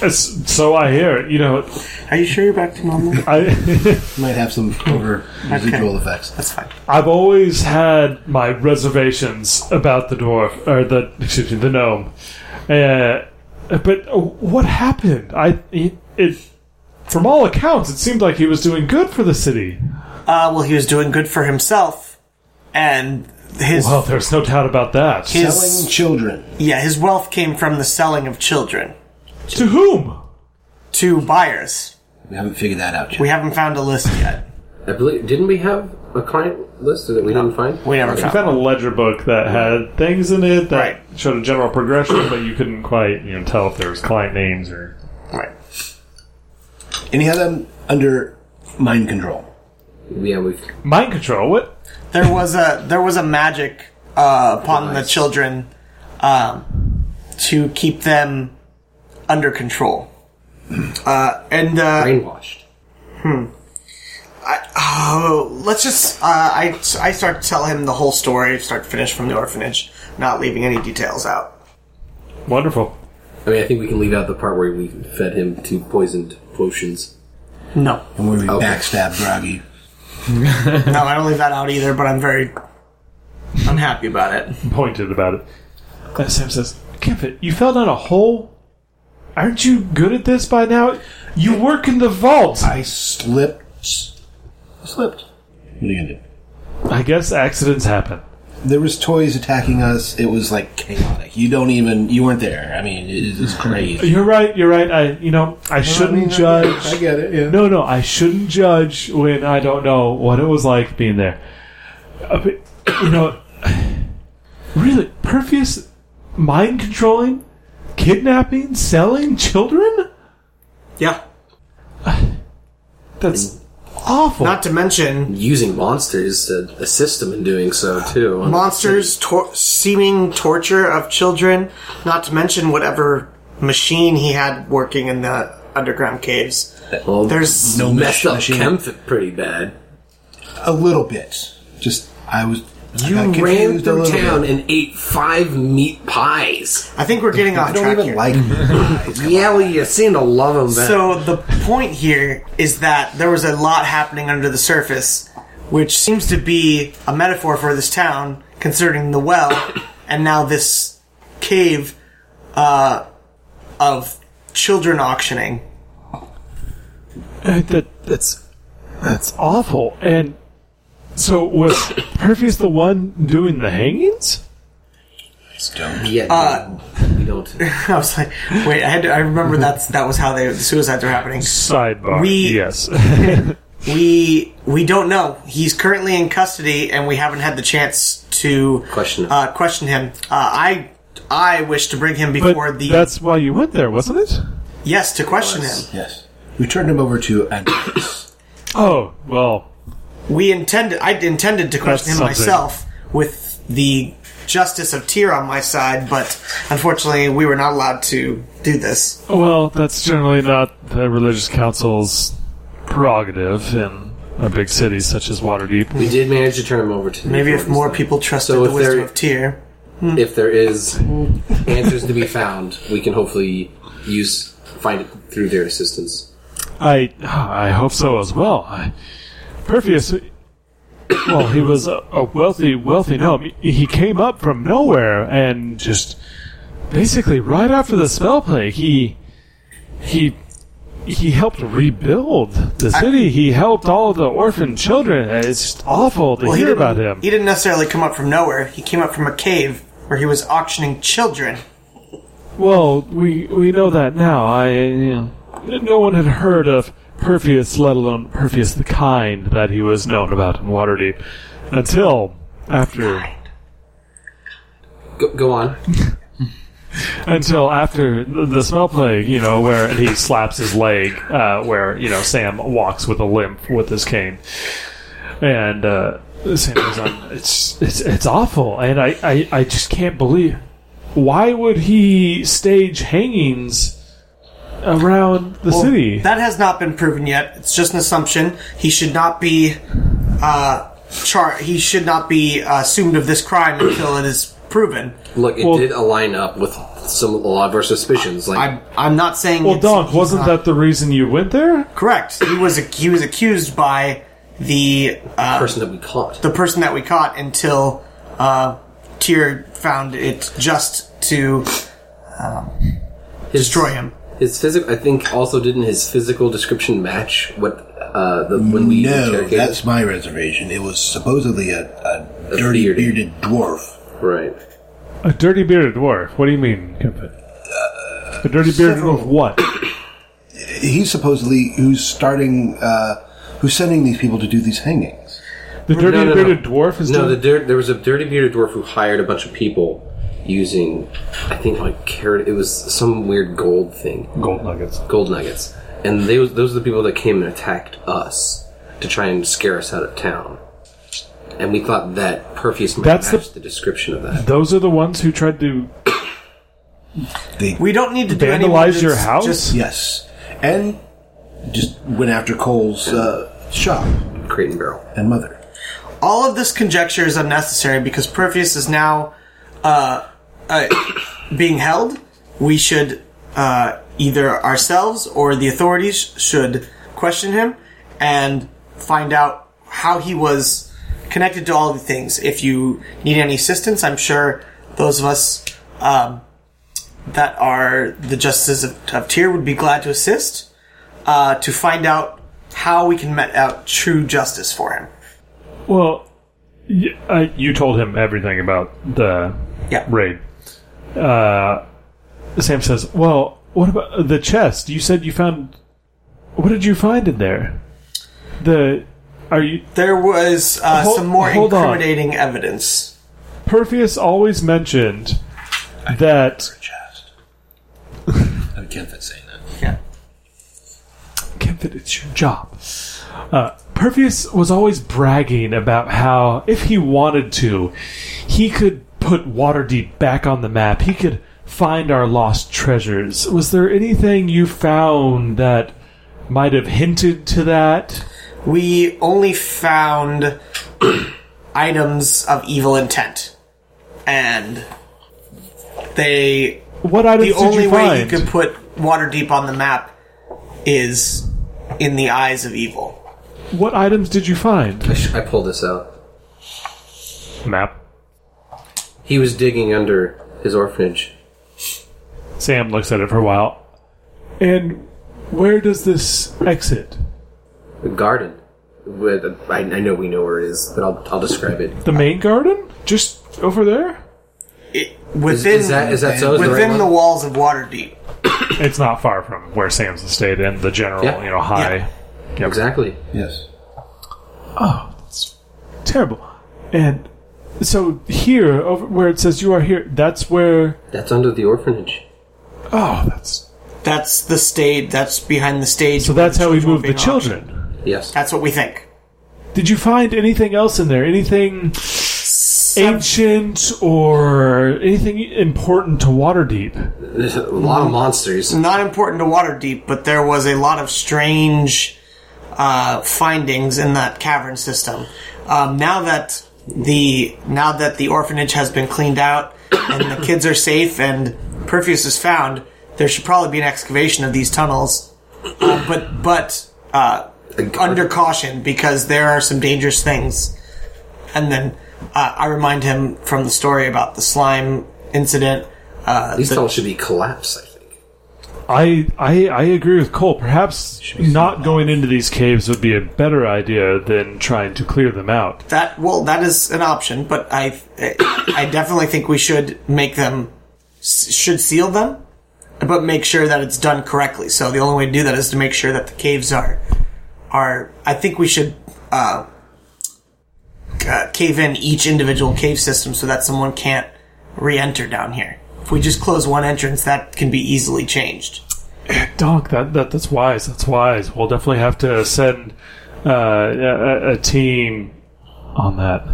D: s- so I hear. You know,
C: Are you sure you're back to normal?
D: I
B: Might have some over residual effects.
C: That's fine.
D: I've always had my reservations about the dwarf or the excuse me the gnome. Uh, but what happened? I it from all accounts it seemed like he was doing good for the city.
C: Uh, well, he was doing good for himself, and his
D: Well, there's no doubt about that.
B: Selling
C: his
B: children.
C: yeah his wealth came from the selling of children
D: to whom?
C: to buyers.
B: We haven't figured that out yet.
C: We haven't found a list yet.
A: I believe. Didn't we have a client list that we didn't find?
C: We never
D: I
C: found.
D: found a ledger book that had things in it that
C: Right.
D: showed a general progression, but you couldn't quite you know tell if there was client names or.
C: Right.
B: and he had them under mind control.
A: Yeah, we've.
D: Mind control. What?
C: There was a there was a magic uh, upon the children um, to keep them under control. Uh, and uh,
A: brainwashed.
C: oh, let's just uh, I I start to tell him the whole story, start to finish from the orphanage, not leaving any details out.
D: Wonderful.
A: I mean, I think we can leave out the part where we fed him two poisoned potions.
C: No,
B: And where we backstabbed Groggy.
C: no, I don't leave that out either. But I'm very unhappy about it.
D: Pointed about it. Uh, Sam says, "Kempit, you fell down a hole. Aren't you good at this by now? You work in the vault.
B: I slipped. I slipped. What are you gonna do?
D: I guess accidents happen.
B: There was toys attacking us. It was like chaotic. You don't even. You weren't there. I mean, it is crazy.
D: You're right. You're right. I you know I shouldn't judge.
B: I get it. Yeah.
D: No, no, I shouldn't judge when I don't know what it was like being there. Uh, but, you know, really, Perfius mind controlling, kidnapping, selling children?
C: Yeah.
D: That's awful.
C: Not to mention
A: Using monsters to assist him in doing so, too.
C: monsters, tor- seeming torture of children, not to mention whatever machine he had working in the underground caves.
A: Well,
C: There's
A: no
B: no
A: messed up
B: machine.
A: Kempf pretty bad.
B: A little bit. Just I was. I
A: You
B: got
A: ran
B: confused a
A: through
B: little
A: town
B: bit.
A: and ate five meat pies.
C: I think we're getting off
B: I don't
C: track
B: even
C: here.
B: like.
A: Yeah, well, you seem to love them. Back.
C: so the point here is that there was a lot happening under the surface, which seems to be a metaphor for this town, concerning the well, and now this cave uh, of children auctioning.
D: Uh, that, that's, that's awful. And so was Perfius the one doing the hangings?
A: yeah,
B: uh,
A: we don't.
C: I was like,
B: Mm-hmm.
C: wait, I had to, I remember that's that was how they the suicides were happening.
D: Sidebar.
C: We-
D: yes.
C: We we don't know. He's currently in custody, and we haven't had the chance to
A: Question him.
C: uh, question him. Uh, I I wish to bring him
D: But
C: before the
D: that's why you went there, wasn't it?
C: yes to question him.
B: Yes. We turned him over to Andreas.
D: Oh well,
C: We intended I intended to question
D: That's
C: him
D: something.
C: myself with the justice of Tyr on my side, but unfortunately, we were not allowed to do this.
D: well, that's generally not the religious council's prerogative in a big city such as Waterdeep.
A: We did manage to turn him over to the
C: Maybe if
A: authorities,
C: more
A: though.
C: people trusted
A: So
C: the
A: if
C: wisdom
A: there-
C: of Tyr.
A: if there is answers to be found, we can hopefully use find it through their assistance.
D: I I hope so as well. I, Perfius, well, he was a, a wealthy wealthy gnome. He he came up from nowhere and just basically right after the spell plague, he he he helped rebuild the city. he helped all the orphan children. and It's just awful to
C: Well,
D: hear
C: didn't-
D: about him.
C: He didn't necessarily come up from nowhere. He came up from a cave where he was auctioning children.
D: Well, we we know that now. I you know, no one had heard of Perfius, let alone Perfius the kind that he was known about in Waterdeep, until after
A: Go, go on.
D: until after the the smell plague. You know where and he slaps his leg, uh, where you know Sam walks with a limp with his cane, and uh, Sam goes on. It's it's it's awful, and I I, I just can't believe. Why would he stage hangings around the city?
C: That has not been proven yet. It's just an assumption. He should not be uh, char- He should not be uh, assumed of this crime until it is proven.
A: Look, it
D: Well-
A: did align up with some a lot of our suspicions. Like
C: I'm I'm not saying.
D: Well,
C: it's-
D: Doc,
C: he's
D: wasn't
C: not-
D: that the reason you went there?
C: correct? He was ac- he was accused by the
A: the
C: uh,
A: person that we caught.
C: the person that we caught until uh, Tyr found it just to um,
A: His,
C: destroy him.
A: His physical. I think also didn't his physical description match what uh, the when we
B: No,
A: interrogated?
B: that's my reservation. It was supposedly a, a,
A: A
B: dirty
A: bearded.
B: bearded dwarf.
A: right.
D: A dirty bearded dwarf. What do you mean? A dirty bearded dwarf. What?
B: He's supposedly who's starting, uh, who's sending these people to do these hangings.
D: The dirty
A: No, no, no.
D: bearded dwarf is
A: no. The
D: doing-
A: dir- there was a dirty bearded dwarf who hired a bunch of people using, I think like carrot. It was some weird gold thing.
D: gold nuggets.
A: gold nuggets, and they was, those are the people that came and attacked us to try and scare us out of town. And we thought that Perfius might
D: That's the-
A: match the, description of that.
D: Those are the ones who tried to
C: We don't need to do any more.
D: vandalize your
C: Just-
D: house.
C: just-
B: Yes, and just went after Cole's uh, shop
A: Crate and barrel.
B: and mother.
C: all of this conjecture is unnecessary because Perfius is now uh, uh, being held. We should uh, either ourselves or the authorities should question him and find out how he was connected to all of the things. If you need any assistance, I'm sure those of us um, that are the justices of, of Tyr would be glad to assist uh, to find out how we can met out true justice for him.
D: Well, y- uh, you told him everything about the
C: Yeah.
D: raid. Uh, Sam says, "Well, what about the chest? You said you found. What did you find in there? The are you
C: There was uh,
D: Hol-
C: some more
D: hold on.
C: incriminating evidence.
D: Perfius always mentioned that
B: Chest. I can't fit saying that.
C: Yeah.
D: Kempfit, it's your job. Uh, Perfius was always bragging about how, if he wanted to, he could put Waterdeep back on the map. He could find our lost treasures. Was there anything you found that might have hinted to that?
C: We only found items of evil intent. And they.
D: What items
C: The
D: did
C: only
D: you
C: way you
D: find?
C: could put Waterdeep on the map is in the eyes of evil.
D: What items did you find?
A: I, sh- I pulled this out.
D: Map.
A: He was digging under his orphanage.
D: Sam looks at it for a while. And where does this exit?
A: A garden. With I, I know we know where it is, but I'll, I'll describe it.
D: The main garden? Just over there?
C: It,
A: Is,
C: within
A: is that is that so? Is the right
C: within the,
A: one?
C: walls of Waterdeep.
D: It's not far from where Sam's stayed in the general,
A: Yeah.
D: you know, high.
C: Yeah.
D: Yep.
A: exactly.
B: Yes.
D: oh, it's terrible. And so here, over where it says you are here, that's where.
A: That's under the orphanage.
D: Oh, that's
C: That's the stage. That's behind the stage.
D: so. That's how we move
C: moved
D: the children.
A: Yes.
C: That's what we think.
D: Did you find anything else in there? Anything ancient or anything important to Waterdeep?
A: There's a lot of monsters.
C: Not important to Waterdeep, but there was a lot of strange uh, findings in that cavern system. Um, now that the now that the orphanage has been cleaned out and the kids are safe and Perseus is found, there should probably be an excavation of these tunnels. Uh, but but uh, under caution because there are some dangerous things. And then uh, I remind him from the story about the slime incident. Uh,
A: These
C: the-
A: tunnels should be collapsed, I think.
D: I, I I agree with Cole. Perhaps not going into these caves would be a better idea than trying to clear them out.
C: that well, that is an option, but I I definitely think we should make them s- should seal them, but make sure that it's done correctly. So the only way to do that is to make sure that the caves are are. I think we should. Uh, uh, cave in each individual cave system so that someone can't re-enter down here. If we just close one entrance, that can be easily changed.
D: Donk, that, that that's wise. That's wise. We'll definitely have to send uh, a, a- a team on that.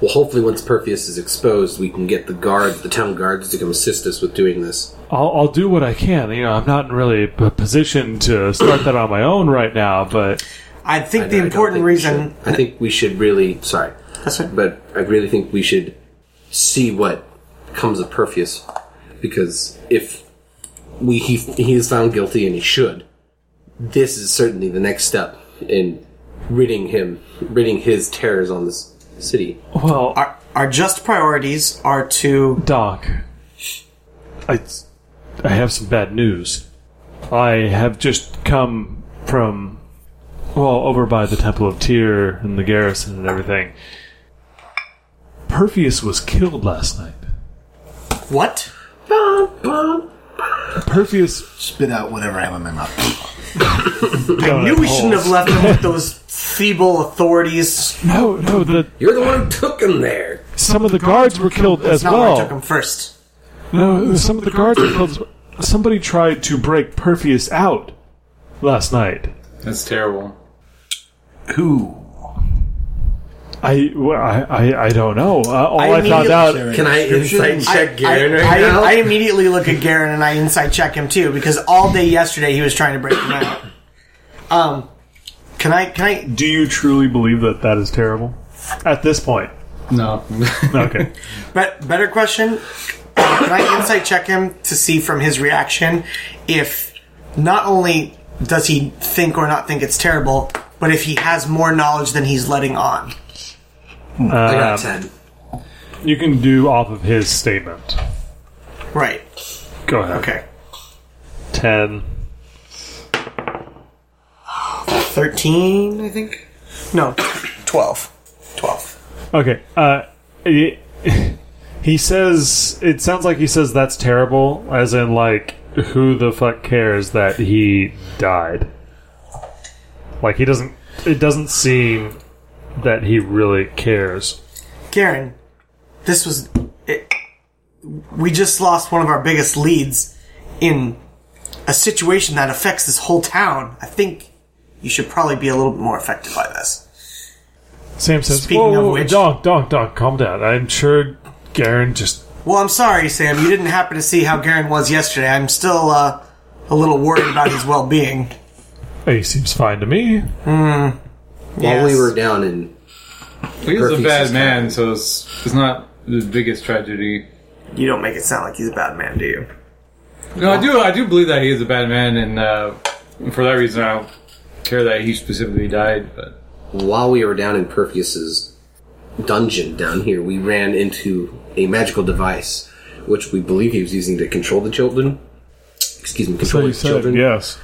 A: Well, hopefully, once Perseus is exposed, we can get the guards, the town guards, to come assist us with doing this.
D: I'll, I'll do what I can. You know, I'm not in really a position to start that on my own right now, but
C: I think
A: I
C: the
A: don't
C: important
A: think we
C: reason.
A: should- I think we should really. Sorry.
C: That's right.
A: But I really think we should see what comes of Perseus, because if we he, he is found guilty and he should, this is certainly the next step in ridding him, ridding his terrors on this city.
D: well,
C: Our, our just priorities are to.
D: Doc, I, I have some bad news. I have just come from, well, over by the Temple of Tyr and the garrison and everything. Perfius was killed last night.
C: What?
D: Perfius,
B: Spit out whatever I have in my mouth.
C: I knew we shouldn't have left him with those feeble authorities.
D: no, no, the
A: You're the one who took him there.
D: some of the guards were killed as
C: Not where I took
D: well.
C: him first.
D: No, some of the guards were killed. as well. Somebody tried to break Perfius out last night.
E: That's terrible.
B: Who?
D: I, well, I, I, I don't know. Uh, all I,
A: I
D: found
A: immediately-
D: out.
A: Can I insight check Garen
C: I,
A: right
C: I-
A: now?
C: I immediately look at Garen and I inside check him too because all day yesterday he was trying to break him out. Um, can I? Can I?
D: Do you truly believe that that is terrible? At this point.
E: No.
D: Okay.
C: But better question: uh, Can I insight check him to see from his reaction if not only does he think or not think it's terrible, but if he has more knowledge than he's letting on?
A: I got a ten.
D: you can do off of his statement.
C: Right.
D: Go ahead.
C: Okay.
D: 10.
C: Thirteen, I think. No, twelve. Twelve.
D: Okay. Uh, he, he says, it sounds like he says that's terrible, as in, like, who the fuck cares that he died? Like, he doesn't, it doesn't seem that he really cares.
C: Garen, this was. It, we just lost one of our biggest leads in a situation that affects this whole town. I think you should probably be a little bit more affected by this.
D: Sam says,
C: Speaking
D: whoa,
C: of
D: whoa,
C: which-
D: Donk, Donk, Donk, calm down. I'm sure Garen just
C: Well, I'm sorry, Sam. You didn't happen to see how Garen was yesterday. I'm still uh, a little worried about his well being.
D: He seems fine to me.
A: While we were down in
E: He's a
A: Murphy's
E: bad
A: is
E: man, so it's, it's not the biggest tragedy.
C: You don't make it sound like he's a bad man, do you?
E: No, I do. I do believe that he is a bad man, and uh, for that reason, I don't care that he specifically died. But
A: while we were down in Perseus's dungeon down here, we ran into a magical device, which we believe he was using to control the children. Excuse me, control the children.
D: yes.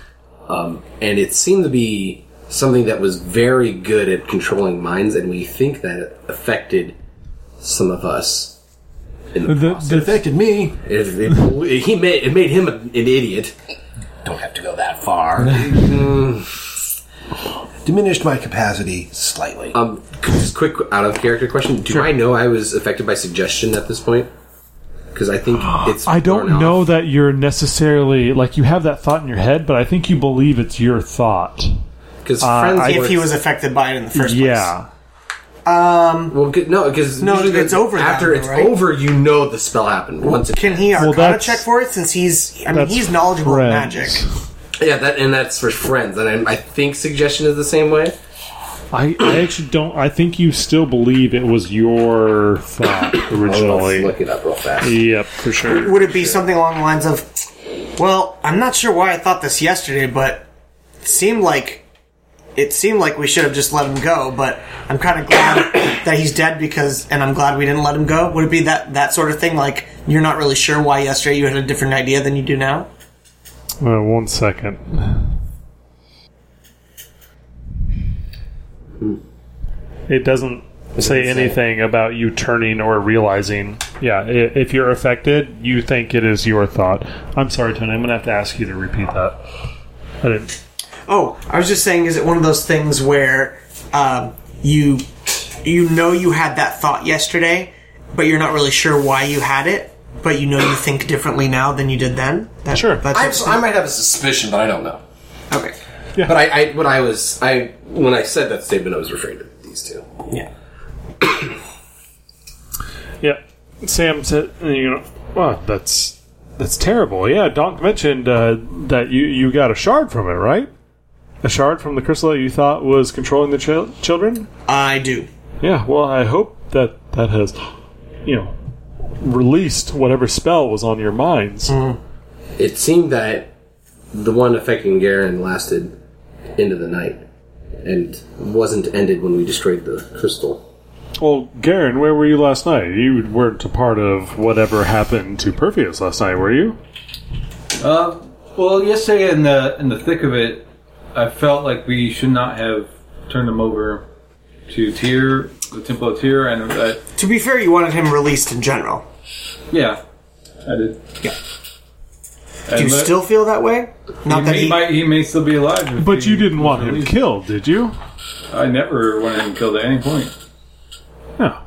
A: And it seemed to be something that was very good at controlling minds, and we think that it affected some of us. In the,
D: The,
A: process.
D: the,
B: Affected me.
A: It, it- he made it made him an idiot.
B: Don't have to go that far. diminished my capacity slightly.
A: Um, c- just quick out of character question: Do I know I was affected by suggestion at this point? Because I think it's.
D: I don't
A: worn
D: know
A: off.
D: that you're necessarily like you have that thought in your head, but I think you believe it's your thought.
A: 'Cause friends.
D: Uh, I-
C: if
A: works-
C: he was affected by it in the first place.
D: Yeah,
A: well, good- no, because
C: No,
A: usually
C: it's
A: the-
C: over now,
A: After it's
C: right?
A: over, you know the spell happened once. It,
C: Can he arcana
D: that's-
C: check for it since he's I mean
D: that's
C: he's knowledgeable in
D: friends.
C: magic.
A: yeah, that and that's for friends, and I, I think suggestion is the same way.
D: I, I actually don't. I think you still believe it was your thought
A: Let's
D: originally.
A: look it up real fast.
D: Yep, for sure.
C: Would it be something along the lines of Well, I'm not sure why I thought this yesterday, but it seemed like it seemed like we should have just let him go, but I'm kind of glad that he's dead because and I'm glad we didn't let him go. Would it be that that sort of thing like you're not really sure why yesterday you had a different idea than you do now?
D: Uh, one second. Hmm. It doesn't say anything about you turning or realizing. Yeah, i- if you're affected, you think it is your thought. I'm sorry, Tony. I'm gonna have to ask you to repeat that. I didn't.
C: Oh, I was just saying, is it one of those things where um, you you know you had that thought yesterday, but you're not really sure why you had it, but you know you think differently now than you did then? That,
D: Sure.
A: I,
C: That's
A: I might have a suspicion, but I don't know.
C: okay.
A: But I, I, what I was, I when I said that statement, I was referring to these two.
C: Yeah.
D: Yeah, Sam said, you know, well, that's that's terrible. Yeah, Donk mentioned uh, that you you got a shard from it, right? A shard from the crystal that you thought was controlling the chil- children.
C: I do.
D: Yeah, well, I hope that that has, you know, released whatever spell was on your minds.
A: It seemed that the one affecting Garen lasted into the night and wasn't ended when we destroyed the crystal.
D: Well, Garen, where were you last night? You weren't a part of whatever happened to Perfius last night, were you?
E: Uh, well, yesterday in the in the thick of it, I felt like we should not have turned him over to Tyr, the Temple of Tyr, and uh,
C: To be fair, you wanted him released in general.
E: yeah, I did. Yeah.
C: Do you still feel that way?
E: He,
C: Not that
E: may,
C: he.
E: might, he may still be alive. if
D: But
E: he
D: you didn't
E: was
D: want him
E: released.
D: killed, did you?
E: I never wanted him killed at any point.
D: No.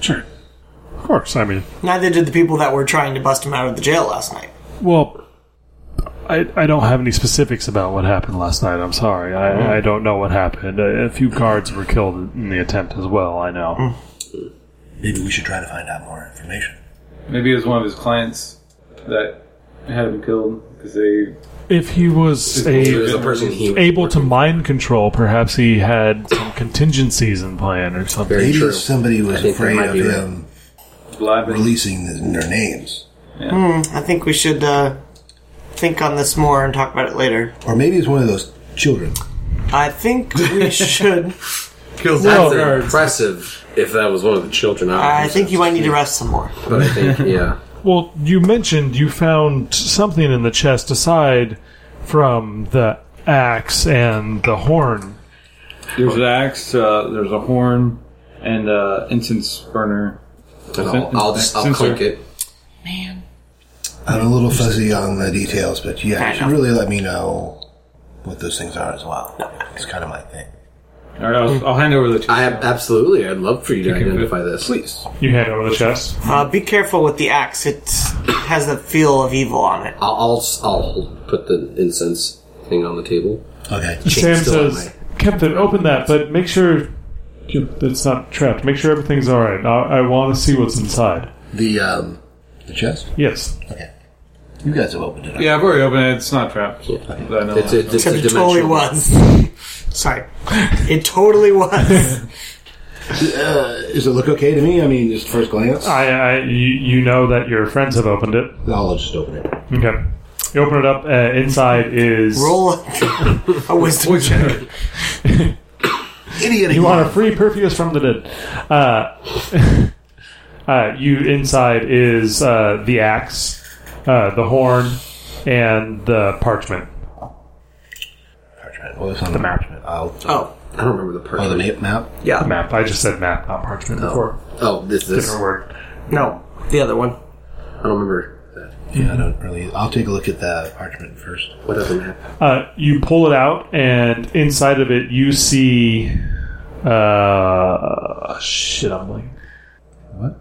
D: Sure. Of course. I mean,
C: Neither did the people that were trying to bust him out of the jail last night.
D: Well, I, I don't have any specifics about what happened last night. I'm sorry. I, I don't know what happened. A, a few guards were killed in the attempt as well, I know.
B: Maybe we should try to find out more information.
E: Maybe it was one of his clients that had him killed because they.
D: If he was
A: It was
D: a,
A: the person he
D: able to mind control, perhaps he had some contingencies in plan or something.
A: Very
B: Maybe
A: true.
B: somebody
A: I
B: was
A: think that
B: afraid
A: might
B: of
A: be right.
B: him
E: Blabbing.
B: releasing the, their names.
C: I think we should uh, think on this more and talk about it later.
B: Or maybe it's one of those children.
C: I think we should.
A: That's
D: Well-
A: impressive. If that was one of the children,
C: I think you might need to rest some more.
A: But I think, yeah,
D: Well, you mentioned you found something in the chest aside from the axe and the horn.
E: There's an axe. Uh, there's a horn and uh, incense burner.
A: And I'll, I'll just I'll clink it.
B: I'm a little fuzzy on the details, but yeah,
C: Fair
B: you should
C: enough.
B: really let me know what those things are as well. It's kind of my thing.
E: All right, I'll, I'll hand over the.
A: I ab- absolutely. I'd love for you to
E: can
A: identify this.
B: Please.
D: You hand over the chest.
C: Uh, be careful with the axe. It has a feel of evil on it.
A: I'll, I'll I'll put the incense thing on the table.
B: Okay.
D: Sam
A: still
D: says, Captain, open that, but make sure it's not trapped. Make sure everything's all right. I, I want to see what's inside.
B: The um, the chest.
D: Yes.
B: Okay. You guys have opened it up.
E: Yeah, I've already opened it. It's not trapped. But I know
A: It's a, it's
C: Except
A: a
C: it totally
A: dimensional.
C: was. Sorry. It totally was.
B: Does it look okay to me? I mean, just first glance.
D: I, I you, you know that your friends have opened it.
B: I'll just open it.
D: Okay. You open it up. Uh, inside is
C: Roll a wisdom check.
B: Idiot.
D: You want a free Perfius from the dead. Uh, uh, you inside is uh, the axe, uh, the horn, and the parchment.
B: What was on the map? I'll,
C: Oh,
A: I don't remember the
B: oh,
A: person.
B: the map. map?
C: yeah.
D: Map. I just said map, not parchment before.
A: Oh, this this.
D: Different word.
C: No, the other one.
A: I don't remember. that.
B: Yeah, I don't really. I'll take a look at the parchment first.
A: What other map?
D: Uh, you pull it out, and inside of it, you see. Uh, shit, I'm like.
B: What?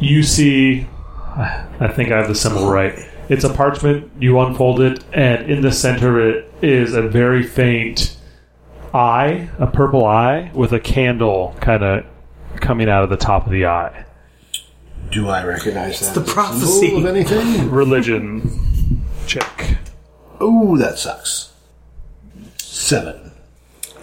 D: You see. I think I have the symbol right. It's a parchment. You unfold it, and in the center, it is a very faint eye, a purple eye, with a candle kind of coming out of the top of the eye.
B: Do I recognize that?
C: the
B: as a
C: prophecy.
B: symbol Of anything?
D: Religion check.
B: Oh, that sucks. Seven.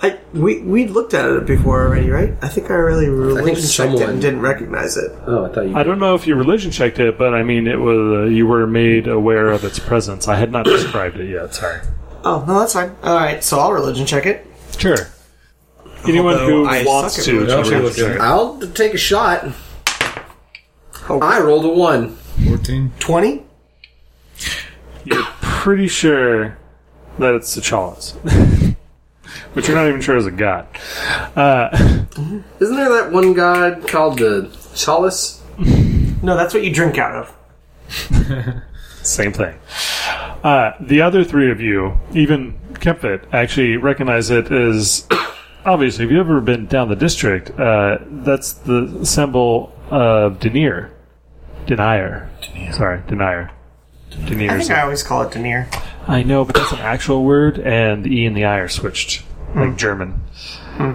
C: I, we we looked at it before already, right? I think I really religion checked it
A: someone-
C: and didn't recognize it.
A: Oh, I thought you.
D: I don't know if your religion checked it, but I mean, it was uh, you were made aware of its presence. I had not described it yet. Sorry.
C: Oh no, that's fine. All right, so I'll religion check it.
D: Sure. Anyone
C: Although
D: who
C: I
D: wants
C: suck at
D: to.
C: religion
D: can
E: checks.
D: religion check.
A: I'll take a shot.
C: Oh,
A: I rolled a one.
E: 14.
C: twenty.
D: You're pretty sure that it's T'Challa's, but you're not even sure it's a god. Uh,
A: Isn't there that one god called the Chalice?
C: No, that's what you drink out of.
D: Same thing. Uh, the other three of you, even Kempfit, actually recognize it as obviously. If you've ever been down the district, uh, that's the symbol of denier, denier. Sorry, denier. Denier.
C: I
D: is
C: think
D: a-
C: I always call it denier.
D: I know, but that's an actual word, and the E and the I are switched, like German. Hmm.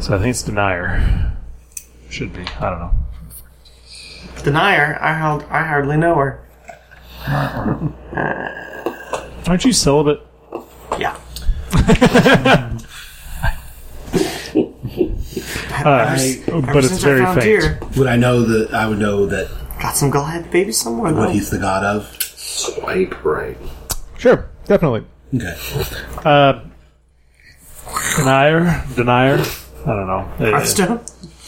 D: So I think it's denier. Should be. I don't know.
C: Denier. I held, I hardly know her.
D: Aren't you celibate?
C: Yeah.
D: Uh, but
C: Ever
D: it's
C: since
D: very
C: I found
D: faint.
C: deer,
B: Would I know that? I would know that
C: got some gallhead babies somewhere
B: what
C: though.
B: he's the god of.
A: Swipe right.
D: Sure, definitely.
B: Okay.
D: Uh, denier, denier. I don't know. Uh,
C: Hearthstone.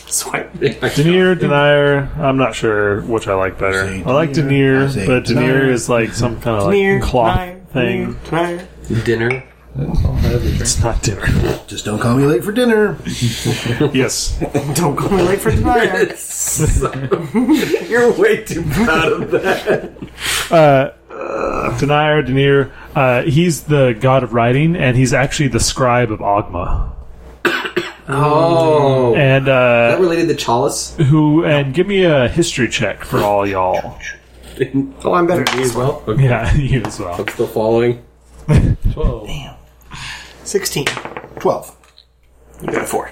C: Swipe.
D: denier, denier. I'm not sure which I like better.
B: Say
D: I like
B: denier,
D: denier,
B: I say
D: but denier
B: denier.
D: is like some kind of
C: Denier,
D: like cloth
C: denier,
D: thing.
C: denier,
A: Dinner.
D: It's not dinner.
B: Just don't call me late for dinner.
D: yes.
C: denier. Don't call me late for denier.
A: You're way too proud of that.
D: Denier, Denier, uh, he's the god of writing, and he's actually the scribe of Ogma.
A: Oh. Is
D: And uh,
A: that related to Chalice?
D: who? And give me a history check for all y'all.
C: Oh, I'm better.
A: Me as well. Okay.
D: Yeah, you as well.
A: I'm still following.
E: 12.
C: Sixteen.
B: Twelve.
C: You got a four.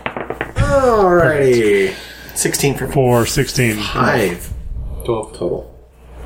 A: Alrighty.
C: Sixteen for four.
D: For sixteen
A: Five
E: 12.
A: total.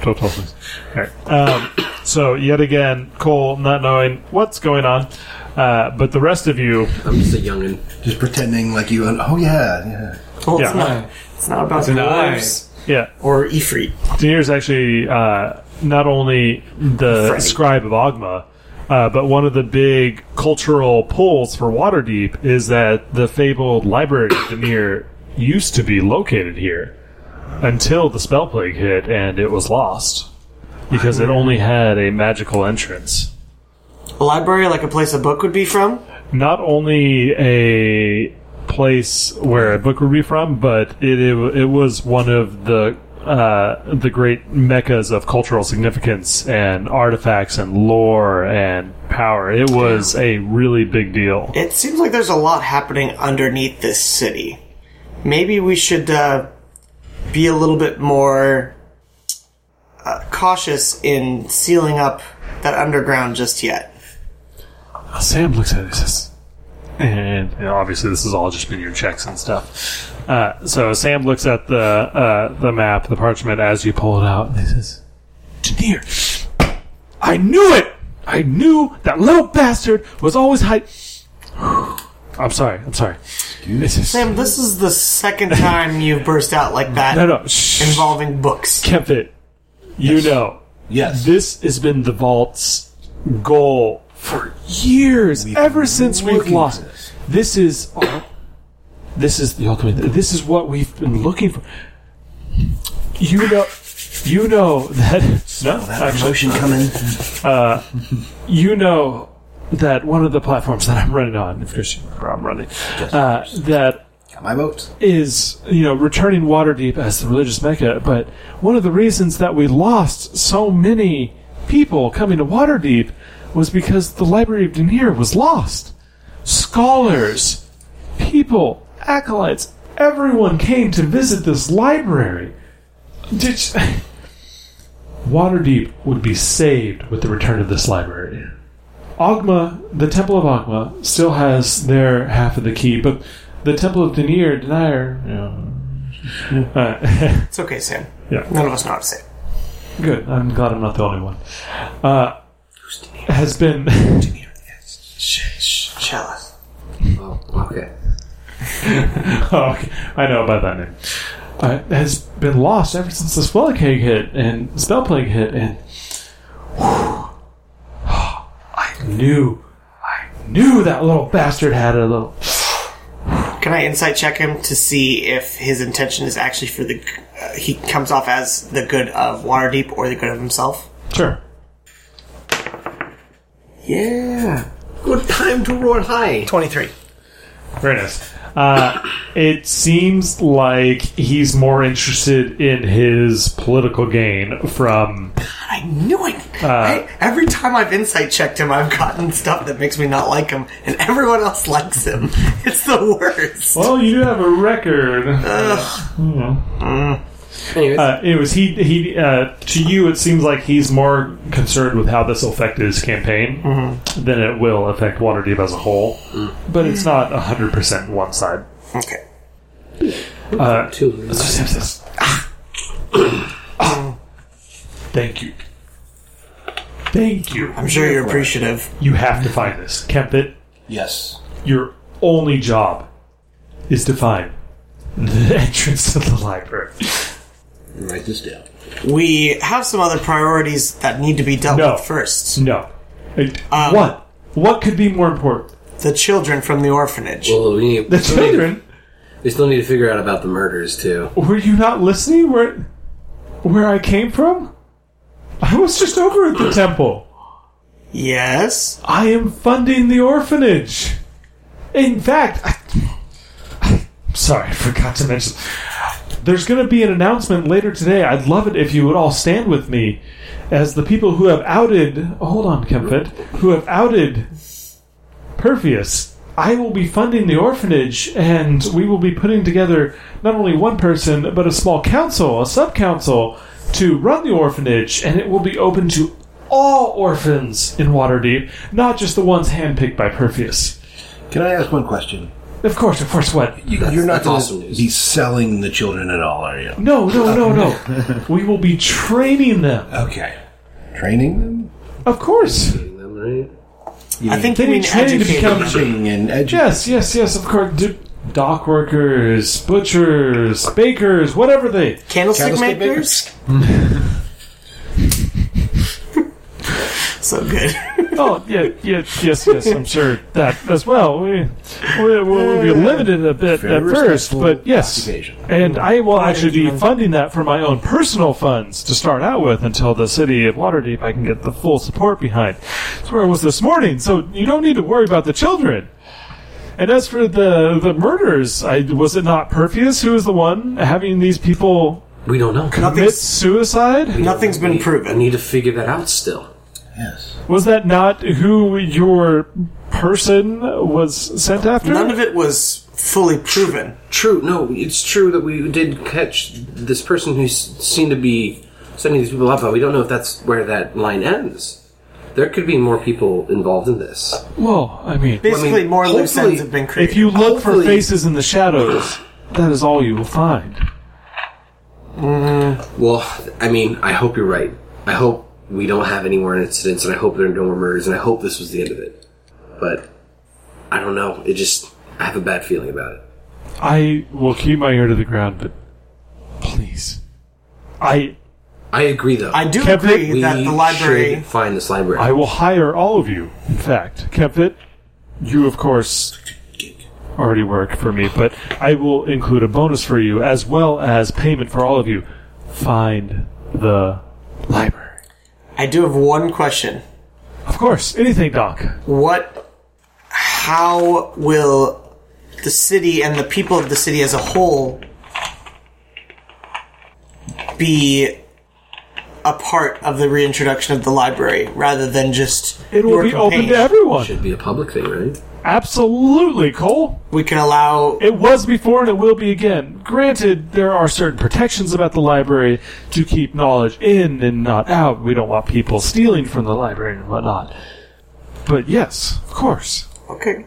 D: total. things. All right. Um, so yet again, Cole not knowing what's going on, uh, but the rest of you,
A: I'm just a youngin.
B: Just pretending like you. Oh yeah, yeah.
C: Well,
D: Yeah.
C: it's, not, it's not about
E: an eye.
C: dwarves
D: yeah,
C: or Ifrit.
D: Denier is actually uh, not only the
C: Freddy.
D: scribe of Ogma, uh, but one of the big cultural pulls for Waterdeep is that the fabled library of Denier used to be located here until the spell plague hit and it was lost because it only had a magical entrance.
C: A library, like a place a book would be from.
D: Not only a place where a book would be from, but it, it, it was one of the uh, the great meccas of cultural significance and artifacts and lore and power. It was a really big deal.
C: It seems like there's a lot happening underneath this city. Maybe we should uh, be a little bit more uh, cautious in sealing up that underground just yet.
D: Sam looks at it and says, and you know, obviously this has all just been your checks and stuff. Uh, so Sam looks at the uh, the map, the parchment, as you pull it out, and he says, "Denier, I knew it. I knew that little bastard was always hiding." I'm sorry. I'm sorry. This is-
C: Sam, this is the second time you've burst out like that
D: no, no. Shh.
C: involving books.
D: Kept it. You know,
B: Yes.
D: this has been the vault's goal for years. ever since we've
B: looking
D: lost
B: for this.
D: this is our- this is the ultimate this is what we've been looking for you know you know that no
B: That
D: actually,
B: emotion coming.
D: you know that one of the platforms that I'm running on if Christian I'm running uh, that
B: Got my votes.
D: is you know returning Waterdeep as the religious mecca, but one of the reasons that we lost so many people coming to Waterdeep was because the Library of Denir was lost. Scholars, people, acolytes, everyone came to visit this library. Did you- Waterdeep would be saved with the return of this library. Ogma, the Temple of Ogma, still has their half of the key, but the Temple of Denier, Denier. Uh,
C: It's okay, Sam.
D: Yeah.
C: None of us know how to say it.
D: good. I'm glad I'm not the only one. Uh, has been
C: Shall us?
A: Oh, okay.
D: oh, okay. I know about that name. Uh, has been lost ever since the spell cake hit and spell plague hit, and whew, I knew, I knew that little bastard had a little
C: Can I insight check him to see if his intention is actually for the. Uh, he comes off as the good of Waterdeep or the good of himself?
D: sure.
A: Yeah. Good time to roll high.
C: 23.
D: Very nice. Uh, it seems like he's more interested in his political gain from.
C: I knew it!
D: Uh,
C: I, every time I've insight checked him, I've gotten stuff that makes me not like him, and everyone else likes him. It's the worst.
D: Well, you do have a record.
A: Anyways,
D: Uh, it was he. He uh, to you, it seems like he's more concerned with how this will affect his campaign than it will affect Waterdeep as a whole. But it's not hundred percent one side.
C: Okay.
A: two.
D: Thank you. Thank you.
C: I'm sure you're appreciative.
D: You have to find this, Kempit.
B: Yes.
D: your only job is to find the entrance to the library.
B: Write this down.
C: We have some other priorities that need to be dealt
D: No.
C: with first.
D: No. It-
C: Um,
D: what? What could be more important?
C: The children from the orphanage.
A: Well, we need,
D: The
A: we still need-
D: children?
A: we still need to figure out about the murders too.
D: Were you not listening? Where, where I came from? I was just over at the temple.
C: yes?
D: I am funding the orphanage. In fact, I, I'm sorry, I forgot to mention. There's going to be an announcement later today. I'd love it if you would all stand with me as the people who have outed. Hold on, Kempit. Who have outed Perfius. I will be funding the orphanage, and we will be putting together not only one person, but a small council, a sub council, to run the orphanage, and it will be open to all orphans in Waterdeep, not just the ones handpicked by Perfius.
B: Can I ask one question?
D: Of course, of course, what?
B: You, you're not
A: that's
B: gonna
A: awesome news.
B: be selling the children at all, are you?
D: No, no, no, no. we will be training them.
B: Okay. Training them?
D: Of course.
A: Them, right?
C: I think
D: They
C: you mean
D: need training to
C: educated.
D: become.
B: Teaching and educating.
D: Yes, yes, yes, of course. D- dock workers, butchers, bakers, whatever they.
C: Candlestick,
B: Candlestick
C: makers? so good.
D: Oh yeah, yeah, yes, yes. I'm sure that as well. We we will be limited a bit
B: Uh, Very
D: at first,
B: respectful
D: but yes.
B: occupation.
D: And I will actually be funding that from my own personal funds to start out with until the city of Waterdeep I can get the full support behind. That's where I was this morning. So you don't need to worry about the children. And as for the the murders, I, was it not Perfius who was the one having these people
A: We don't know.
D: commit
C: Nothing's,
D: suicide?
C: nothing's
A: I
C: been proven.
A: need to figure that out still.
B: Yes.
D: Was that not who your person was sent after?
C: None of it was fully proven.
A: True. No, it's true that we did catch this person who s- seemed to be sending these people up, but we don't know if that's where that line ends. There could be more people involved in this.
D: Well, I mean,
C: Basically,
A: Well, I mean,
C: more loose
A: hopefully-
C: ends have been created.
D: if you look for
A: Hopefully-
D: faces in the shadows, that is all you will find.
A: Well, I mean, I hope you're right. I hope we don't have any more incidents, and I hope there are no more murders, and I hope this was the end of it. But I don't know. It just I have a bad feeling about it.
D: I will keep my ear to the ground, but please, I
A: I agree, though.
C: I do
D: Kevin,
C: agree
A: we
C: that the library.
A: should find this library.
D: I will hire all of you. In fact, Kempit, you of course already work for me, but I will include a bonus for you as well as payment for all of you. Find the library.
C: I do have one question.
D: Of course, anything, Doc.
C: What. How will the city and the people of the city as a whole be a part of the reintroduction of the library rather than just
D: It will
C: your
D: be open
C: companion.
D: to everyone.
A: Should be a public thing, right?
D: Absolutely, Cole.
C: We can allow
D: It was before and it will be again. Granted, there are certain protections about the library to keep knowledge in and not out. We don't want people stealing from the library and whatnot. But yes, of course.
C: okay.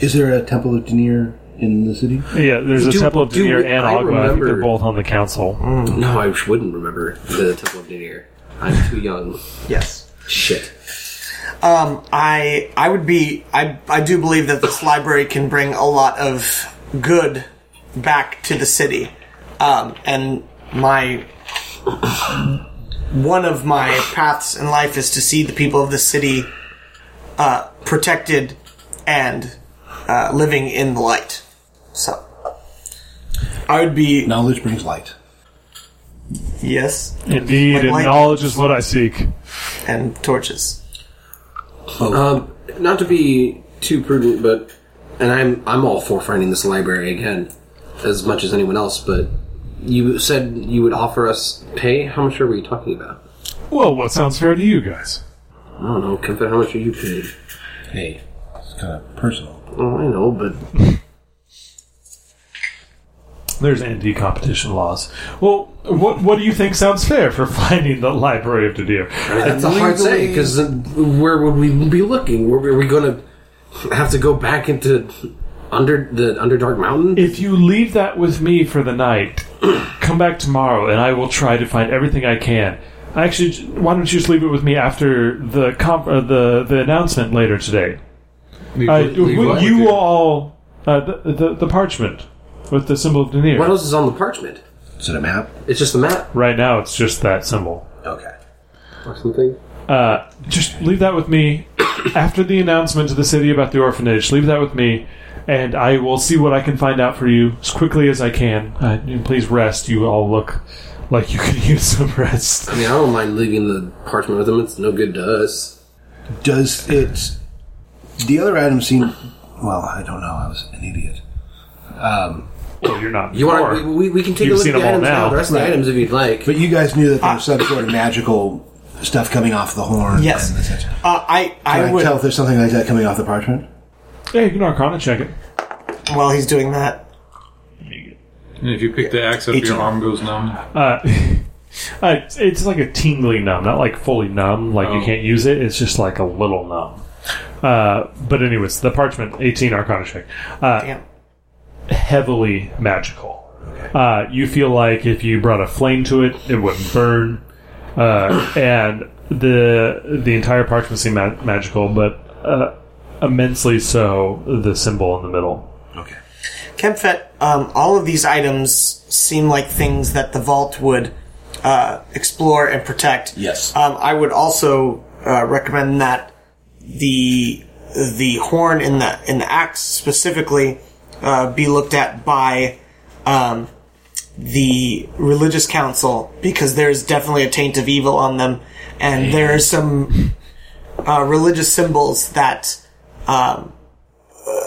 B: Is there a Temple of Denier in the city?
D: Yeah, there's a
A: Do-
D: Temple of
A: do
D: Denir
A: we-
D: and
A: I
D: Agua. I think they're
A: remember- Mm.
D: both on the council.
A: No, I wouldn't remember the Temple of Denier. I'm too young.
C: Yes.
A: Shit.
C: Um, I I would be I I do believe that this library can bring a lot of good back to the city, um, and my one of my paths in life is to see the people of the city uh, protected and uh, living in the light. So I would be
B: Knowledge brings light.
C: yes
D: Indeed, and
C: like-
D: knowledge is what I seek.
C: and torches.
A: Um, not to be too prudent, but and I'm I'm all for finding this library again, as much as anyone else. But you said you would offer us pay. How much are we talking about?
D: Well, what sounds fair to you guys?
A: I don't know, Kempin. How much are you paid?
B: Hey, it's kind of personal.
A: Oh, I know, but
D: There's anti-competition laws. Well, what what do you think sounds fair for finding the Library of Dedir?
A: that's a hard say because where would we be looking? Where are we going to have to go back into under the Underdark Mountain?
D: If you leave that with me for the night, come back tomorrow and I will try to find everything I can. Actually, j- why don't you just leave it with me after the comp- uh, the the announcement later today? I,
E: what
D: you
E: with you?
D: will all uh, the, the the parchment with the symbol of Denir.
A: What else is on the parchment?
B: Is it a map?
A: It's just a map
D: Right now, it's just that symbol.
B: Okay.
A: or something.
D: Uh, just leave that with me after the announcement to the city about the orphanage. Leave that with me, and I will see what I can find out for you as quickly as I can. Uh, and please rest. You all look like you could use some rest.
A: I mean, I don't mind leaving the parchment with them. It's no good to us.
B: Does it? The other items seem. Well, I don't know. I was an idiot.
D: Well, you're not.
A: You
D: poor.
A: want to? We, we can take a
D: You've
A: look
D: seen
A: at the
D: them all
A: items now.
D: now.
A: The rest of
B: Right.
A: the items, if you'd like.
B: But you guys knew that there was some sort of magical stuff coming off the horn.
C: Yes.
B: And such. Can
C: Uh, I I
B: I,
C: would
B: tell if there's something like that coming off the parchment?
D: Yeah, you can Arcana check it.
C: while he's doing that.
E: And if you pick the axe up, your
C: 18.
E: arm goes numb.
D: Uh, uh, it's- it's like a tingly numb, not like fully numb, like you
E: Oh.
D: can't use it. It's just like a little numb. Uh, but anyways, the parchment, eighteen Arcana check. Uh,
C: Damn.
D: heavily magical. Uh, you feel like if you brought a flame to it, it wouldn't burn, uh, and the the entire parchment seemed ma- magical, but uh, immensely so the symbol in the middle.
B: Okay.
C: Kempfet, um, all of these items seem like things that the vault would uh, explore and protect.
B: Yes.
C: Um, I would also uh, recommend that the the horn in the in the axe specifically uh, be looked at by um, the religious council because there is definitely a taint of evil on them, and there are some uh, religious symbols that um, uh,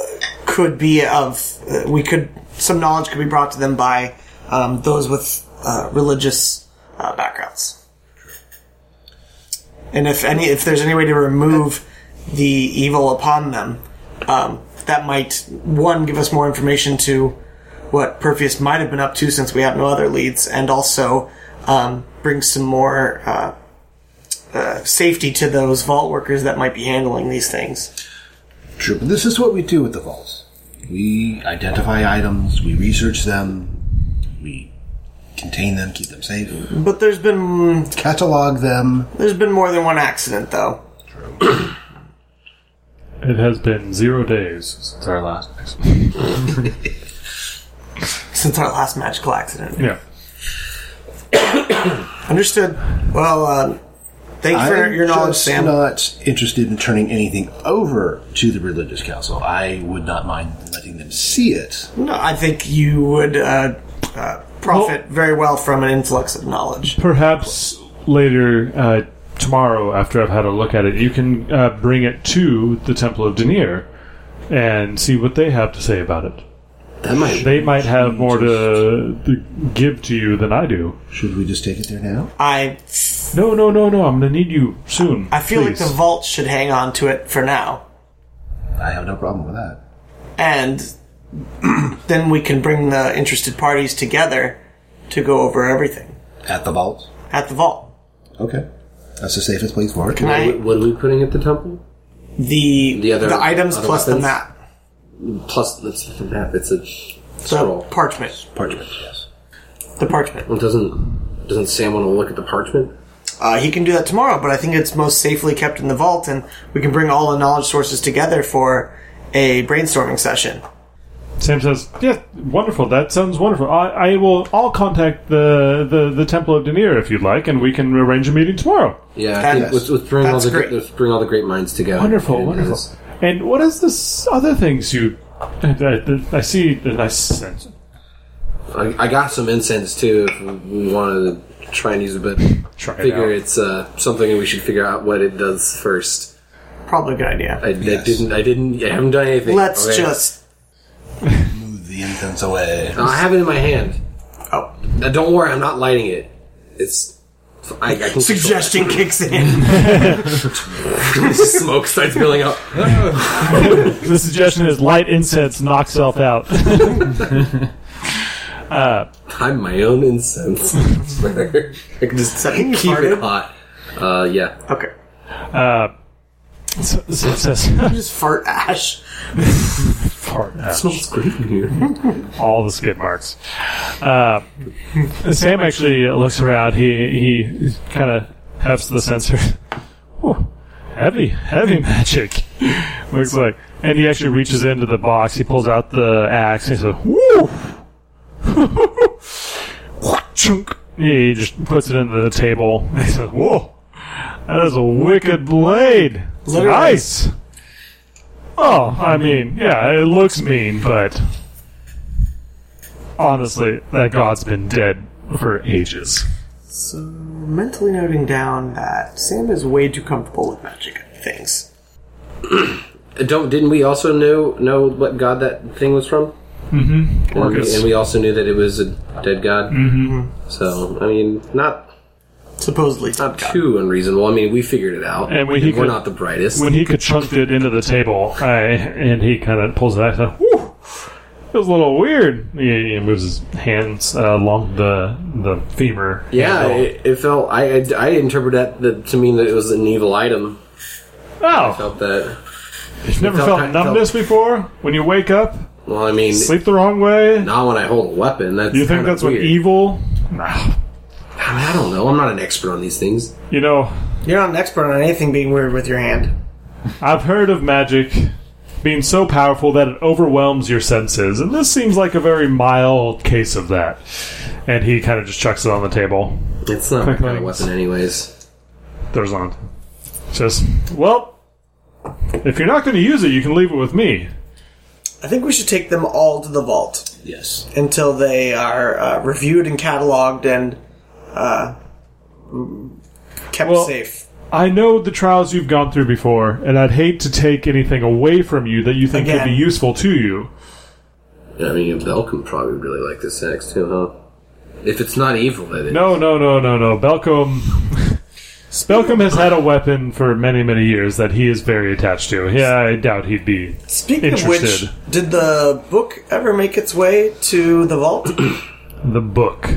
C: could be of uh, we could some knowledge could be brought to them by um, those with uh, religious uh, backgrounds. And if any, if there's any way to remove the evil upon them, um, that might one give us more information to what Perfius might have been up to since we have no other leads, and also um, bring some more uh, uh, safety to those vault workers that might be handling these things.
B: True. But this is what we do with the vaults. We identify items, we research them, we contain them, keep them safe,
C: But there's been
B: catalog them.
C: there's been more than one accident though.
D: It has been zero days since our last.
C: since our last magical accident.
D: Yeah.
C: Understood. Well, um, thank you for your knowledge,
B: just
C: Sam.
B: not interested in turning anything over to the religious council. I would not mind letting them see it.
C: No, I think you would uh, uh, profit very well from an influx of knowledge.
D: Perhaps later uh, tomorrow, after I've had a look at it, you can uh, bring it to the Temple of Denir and see what they have to say about it.
A: That might.
D: They might have more to, to give to you than I do.
B: Should we just take it there now?
C: I
D: No, no, no, no. I'm gonna need you soon.
C: I feel
D: please.
C: like the vault should hang on to it for now,
B: I have no problem with that.
C: and then we can bring the interested parties together to go over everything
B: At the vault?
C: at the vault.
B: Okay. That's the safest place for it.
C: Can
A: What,
C: I
A: what are we putting at the temple?
C: the
A: The
C: the,
A: other-
C: items
A: other
C: plus the
A: weapons?
C: map,
A: Plus, that's not a map. It's a
C: the
A: scroll.
C: parchment,
B: Parchment, yes.
C: the parchment.
A: Well, doesn't doesn't Sam want to look at the parchment?
C: Uh, he can do that tomorrow, but I think it's most safely kept in the vault, and we can bring all the knowledge sources together for a brainstorming session.
D: Sam says, "Yeah, wonderful. That sounds wonderful. I, I will. I'll contact the, the the Temple of Denier if you'd like, and we can arrange a meeting tomorrow.
A: Yeah,
C: That-
A: I think let's, let's bring all
C: that's
A: the
C: great.
A: let's bring all the great minds together.
D: Wonderful,
A: And
D: wonderful.
A: this-
D: And what is this other things you? I, I- I see that I sense.
A: I, I got some incense too. If we wanted to try and use a bit,
D: Try it
A: figure
D: out.
A: it's uh, something we should figure out what it does first.
C: Probably a good idea.
A: I, I
B: Yes.
A: didn't. I didn't. I haven't done anything.
C: Let's
A: Okay.
C: just.
B: Move the incense away.
A: No, I have it in my hand.
C: Oh,
A: Now, don't worry. I'm not lighting it. It's. I, I can control
C: suggestion kicks in.
A: it. Smoke starts building up.
D: The suggestion is light incense knocks self out.
A: I'm my own incense. I swear. I can just
C: that mean you
A: keep it
C: farted?
A: hot. Uh, yeah.
C: Okay.
D: Uh, So- Sam says,
C: Just fart ash.
D: "Fart out."
A: smells great in here.
D: all the skid marks. Uh, Sam actually looks around. He he kind of hefts the sensor. Whew, heavy, heavy magic. Looks like, and he actually reaches into the box. He pulls out the axe. And he says, "Woo!" Quack, Chunk. He just puts it into the table. He says, "Whoa, that is a wicked blade.
C: Literally.
D: Nice." Oh, I mean, yeah, it looks mean, but honestly, that god's been dead for ages.
C: So, mentally noting down that Sam is way too comfortable with magic things.
A: Uh, Don't didn't we also know know what god that thing was from? Mm-hmm. And we,
D: Orcus.
A: and we also knew that it was a dead god. Mm-hmm. So I mean, not
C: Supposedly,
A: not too unreasonable. I mean, we figured it out.
D: And when he
A: we're
D: could-
A: not the brightest.
D: When he could chunked it into the table, I, and he kind of pulls it out, I said, "Whew, it was a little weird." He, he moves his hands uh, along the the femur. Oh,
A: yeah,
D: handle.
A: it, it felt. I I, I interpret that the, to mean that it was an evil item.
D: oh,
A: Felt that.
D: you've never
A: felt
D: felt,
A: kind-
D: numbness before when you wake up,
A: Well, I mean,
D: sleep the wrong way.
A: not when I hold a weapon. That's
D: you think
A: kinda
D: that's
A: weird.
D: what evil? Nah.
A: I, mean, I don't know. I'm not an expert on these things.
D: You know,
C: You're not an expert on anything being weird with your hand.
D: I've heard of magic being so powerful that it overwhelms your senses, and this seems like a very mild case of that. And he kind of just chucks it on the table.
A: It's not my kind of
D: legs.
A: weapon, anyways.
D: There's on. Says, well, if you're not going to use it, you can leave it with me.
C: I think we should take them all to the vault
B: Yes.
C: until they are uh, reviewed and cataloged and uh, mm, kept
D: Well-
C: safe.
D: I know the trials you've gone through before, and I'd hate to take anything away from you that you think could be
C: Again.
D: useful to you.
A: I mean, Belkin probably really like this axe too, huh? If it's not evil, that it.
D: No, no, no, no, no. Belcom. Belcom has had a weapon for many, many years that he is very attached to. Yeah, I doubt he'd be
C: Speaking
D: Interested.
C: of which, did the book ever make its way to the vault?
D: the book.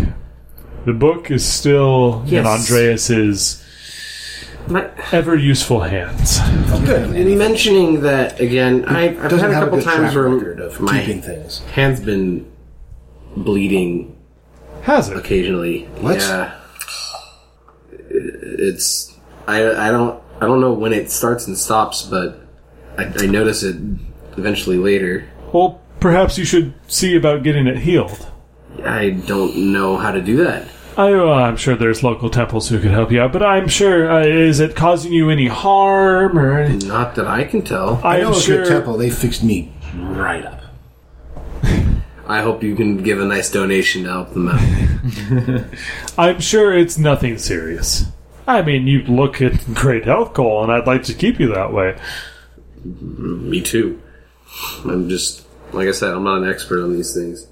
D: The book is still in
A: Yes.
D: Andreas's ever useful hands.
A: In mentioning that again, I, I've had a
B: have
A: couple
B: good
A: times
B: track
A: where
B: record of
A: my
B: keeping things.
A: hand's been bleeding
D: Has it?
A: occasionally.
B: What?
A: Yeah, it's I I don't I don't know when it starts and stops, but I, I notice it eventually later.
D: Well, perhaps you should see about getting it healed.
A: I don't know how to do that.
D: I, uh, I'm sure there's local temples who could help you out, but I'm sure uh, is it causing you any harm or? Any,
A: Not that I can tell.
D: I'm
B: I know a
D: sure.
B: good temple. They fixed me right up.
A: I hope you can give a nice donation to help them out.
D: I'm sure it's nothing serious. I mean, you look at great health, Cole, and I'd like to keep you that way.
A: Me too. I'm just Like I said, I'm not an expert on these things.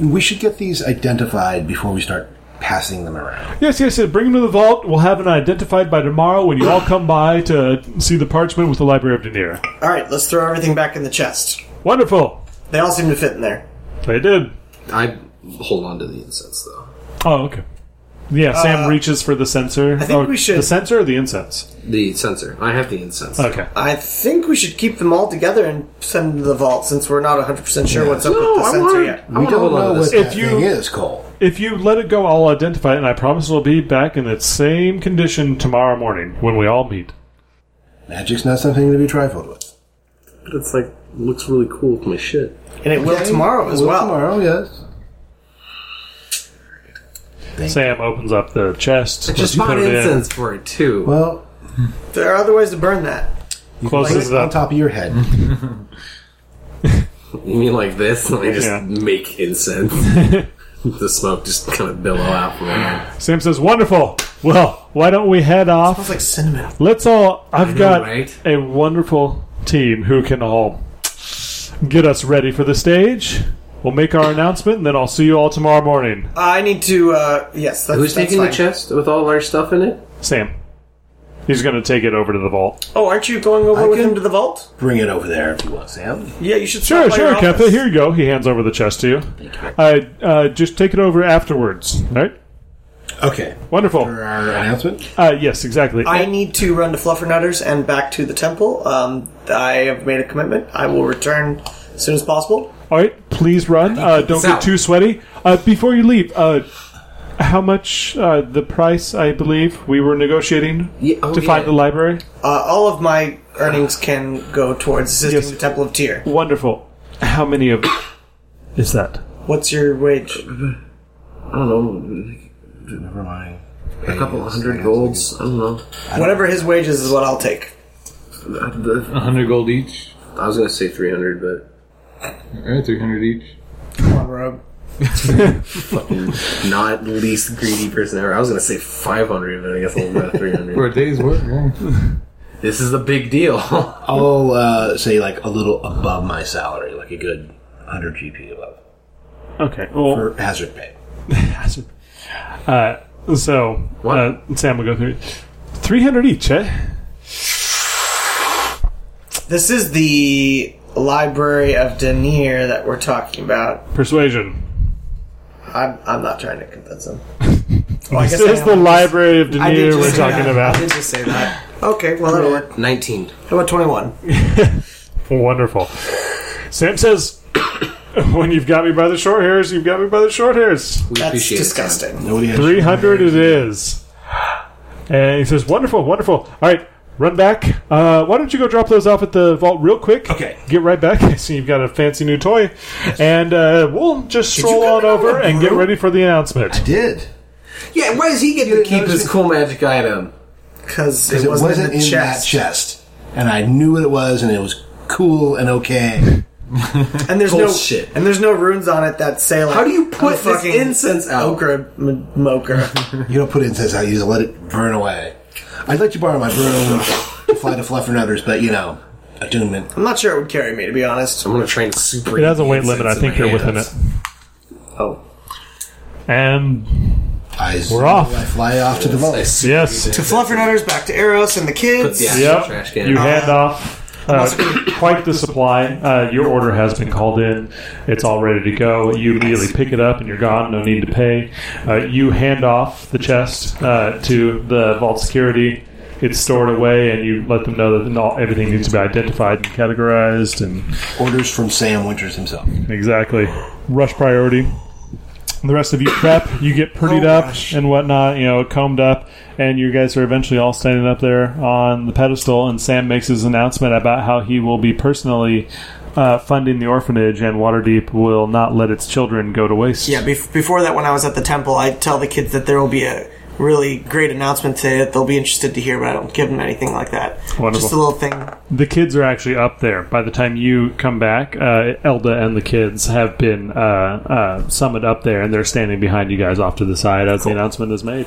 B: We should get these identified before we start passing them around.
D: Yes, yes, yes. Bring them to the vault. We'll have it identified by tomorrow when you all come by to see the parchment with the Library of Denier.
C: All right, let's throw everything back in the chest.
D: Wonderful.
C: They all seem to fit in there.
D: They did.
A: I hold on to the incense though.
D: Oh, okay. Yeah,
B: Uh,
D: Sam reaches for the sensor. I
C: think we should-
D: The sensor or the incense?
A: The sensor. I have the incense.
D: Okay.
C: I think we should keep them all together and send them to the vault since we're not 100% sure what's up
A: No,
C: with the
A: I
C: sensor
A: want.
C: yet.
A: I
B: We
A: want to
B: don't
A: hold
B: know
A: on to this.
B: what that
D: If you-
B: thing is, Cole.
D: If you let it go, I'll identify it, and I promise it'll be back in its same condition tomorrow morning when we all meet.
B: Magic's not something to be trifled with.
A: It's like looks really cool with my shit.
C: And it will tomorrow as
B: Well,
C: well.
B: Tomorrow, yes.
D: Sam opens up the chest.
A: I just
D: you
A: bought
D: put it in,
A: incense for it too.
B: Well,
C: There are other ways to burn that.
B: put
D: Closes
B: it
D: it
B: on
D: up.
B: top of your head.
A: You mean like this? Let me just
D: Yeah.
A: make incense. the smoke just kind of billow out from it.
D: Sam says, "Wonderful. Well, why don't we head off?
C: Smells like cinnamon.
D: Let's all. I've
A: know,
D: got
A: right?
D: a wonderful team who can all get us ready for the stage. We'll make our announcement, and then I'll see you all tomorrow morning."
C: I need to, uh, yes, that's,
A: Who's
C: that's
A: taking
C: fine.
A: the chest with all our stuff in it?
D: Sam, he's going to take it over to the vault.
C: Oh, aren't you going over
B: I
C: with
B: can-
C: him to the vault?
B: Bring it over there if you want, Sam.
C: Yeah, you should
D: Sure,
C: stop by
D: sure,
C: your
D: Kepha.
C: office.
D: Here you go. He hands over the chest to you. Thank you. Uh, uh, just take it over afterwards. All right.
B: Okay. For
D: Wonderful.
B: our announcement?
D: Uh, yes, exactly.
C: I need to run to Fluffernutters and back to the temple. Um, I have made a commitment. I will return as soon as possible.
D: All right, please run. Uh, don't
A: It's
D: get
A: out.
D: too sweaty. Uh, before you leave, uh, how much uh, the price? I believe we were negotiating
A: Yeah, oh,
D: to find
A: yeah.
D: the library.
C: Uh, all of my earnings can go towards assisting
D: Yes.
C: the Temple of Tyr.
D: Wonderful. How many of is that?
C: What's your wage?
A: I don't know.
B: Never mind.
A: A couple hundred golds. I don't know.
C: Whatever his wages is what I'll take.
A: I, the-
E: 100 gold each.
A: I was gonna say three hundred, but
E: All right, 300 each.
C: Come on, Rob.
A: not least greedy person ever. I was gonna say five hundred, but I guess I'll go three
E: For
A: hundred.
E: a day's work, yeah.
A: This is a big deal.
B: I'll uh, say like a little above my salary, like a good 100 GP above.
D: Okay. Well,
B: Or hazard pay.
D: uh, so uh, Sam will go through three hundred each. Eh?
C: This is the Library of Denier that we're talking about.
D: Persuasion.
C: I'm, I'm not trying to convince him. Well, I
D: This
C: guess I
D: is
C: am.
D: the Library of
C: I did
D: Denier we're
C: just say
D: talking
C: that.
D: about.
C: I did just say that. Okay, well that'll work.
A: Nineteen.
C: How about twenty-one?
D: Wonderful. Sam says, "When you've got me by the short hairs, you've got me by the short hairs."
A: We
C: That's
A: appreciate it.
C: disgusting.
B: Nobody has
D: 300 it is. And he says, wonderful, wonderful. All right, run back. Uh, why don't you go drop those off at the vault real quick?
B: Okay.
D: Get right back. I see you've got a fancy new toy. And uh, we'll just stroll
C: get
D: on
C: another
D: over and get
C: brew?
D: ready for the announcement.
B: Did.
A: Yeah, why does he get to keep
B: notice
A: his
B: me?
A: cool magic item?
C: Because
B: Because
C: it,
B: it
C: wasn't, in
B: in
C: the
B: that
C: chest.
B: chest. And I knew what it was, and it was cool and okay.
C: And there's
A: Bullshit.
C: no and there's no runes on it that say like
A: How do you put
C: I'm a
A: this
C: fucking
A: incense out?
C: Okra m- moker.
B: You don't put incense out, you just let it burn away. I'd let you borrow my broom to fly to Fluffernutters, but you know, attunement.
C: I'm not sure it would carry me to be honest.
A: I'm gonna try and super.
D: It has a weight limit. I think you're within it.
A: Oh,
D: And
B: I,
D: We're off.
B: I fly off to the vault.
A: nice.
D: yes,
C: To Fluffernutters, back to Eros and the kids.
A: Yeah. Trash
D: yep,
A: can. Ah.
D: you hand off. Uh, quite the supply. Uh, your order has been called in. It's all ready to go. You immediately pick it up and you're gone. No need to pay. Uh, you hand off the chest uh, to the vault security. It's stored away, and you let them know that all, everything needs to be identified and categorized. And
B: Orders from Sam Winters himself.
D: exactly, rush priority. The rest of you prep. You get prettied up and whatnot. You know, combed up, and you guys are eventually all standing up there on the pedestal. And Sam makes his announcement about how he will be personally uh, funding the orphanage, and Waterdeep will not let its children go to waste.
C: Yeah, bef- before that, when I was at the temple, I tell the kids that there will be a really great announcement today that they'll be interested to hear, but I don't give them anything like that.
D: Wonderful.
C: Just a little thing.
D: The kids are actually up there. By the time you come back, uh, Elda and the kids have been uh, uh, summoned up there, and they're standing behind you guys off to the side as the announcement is made.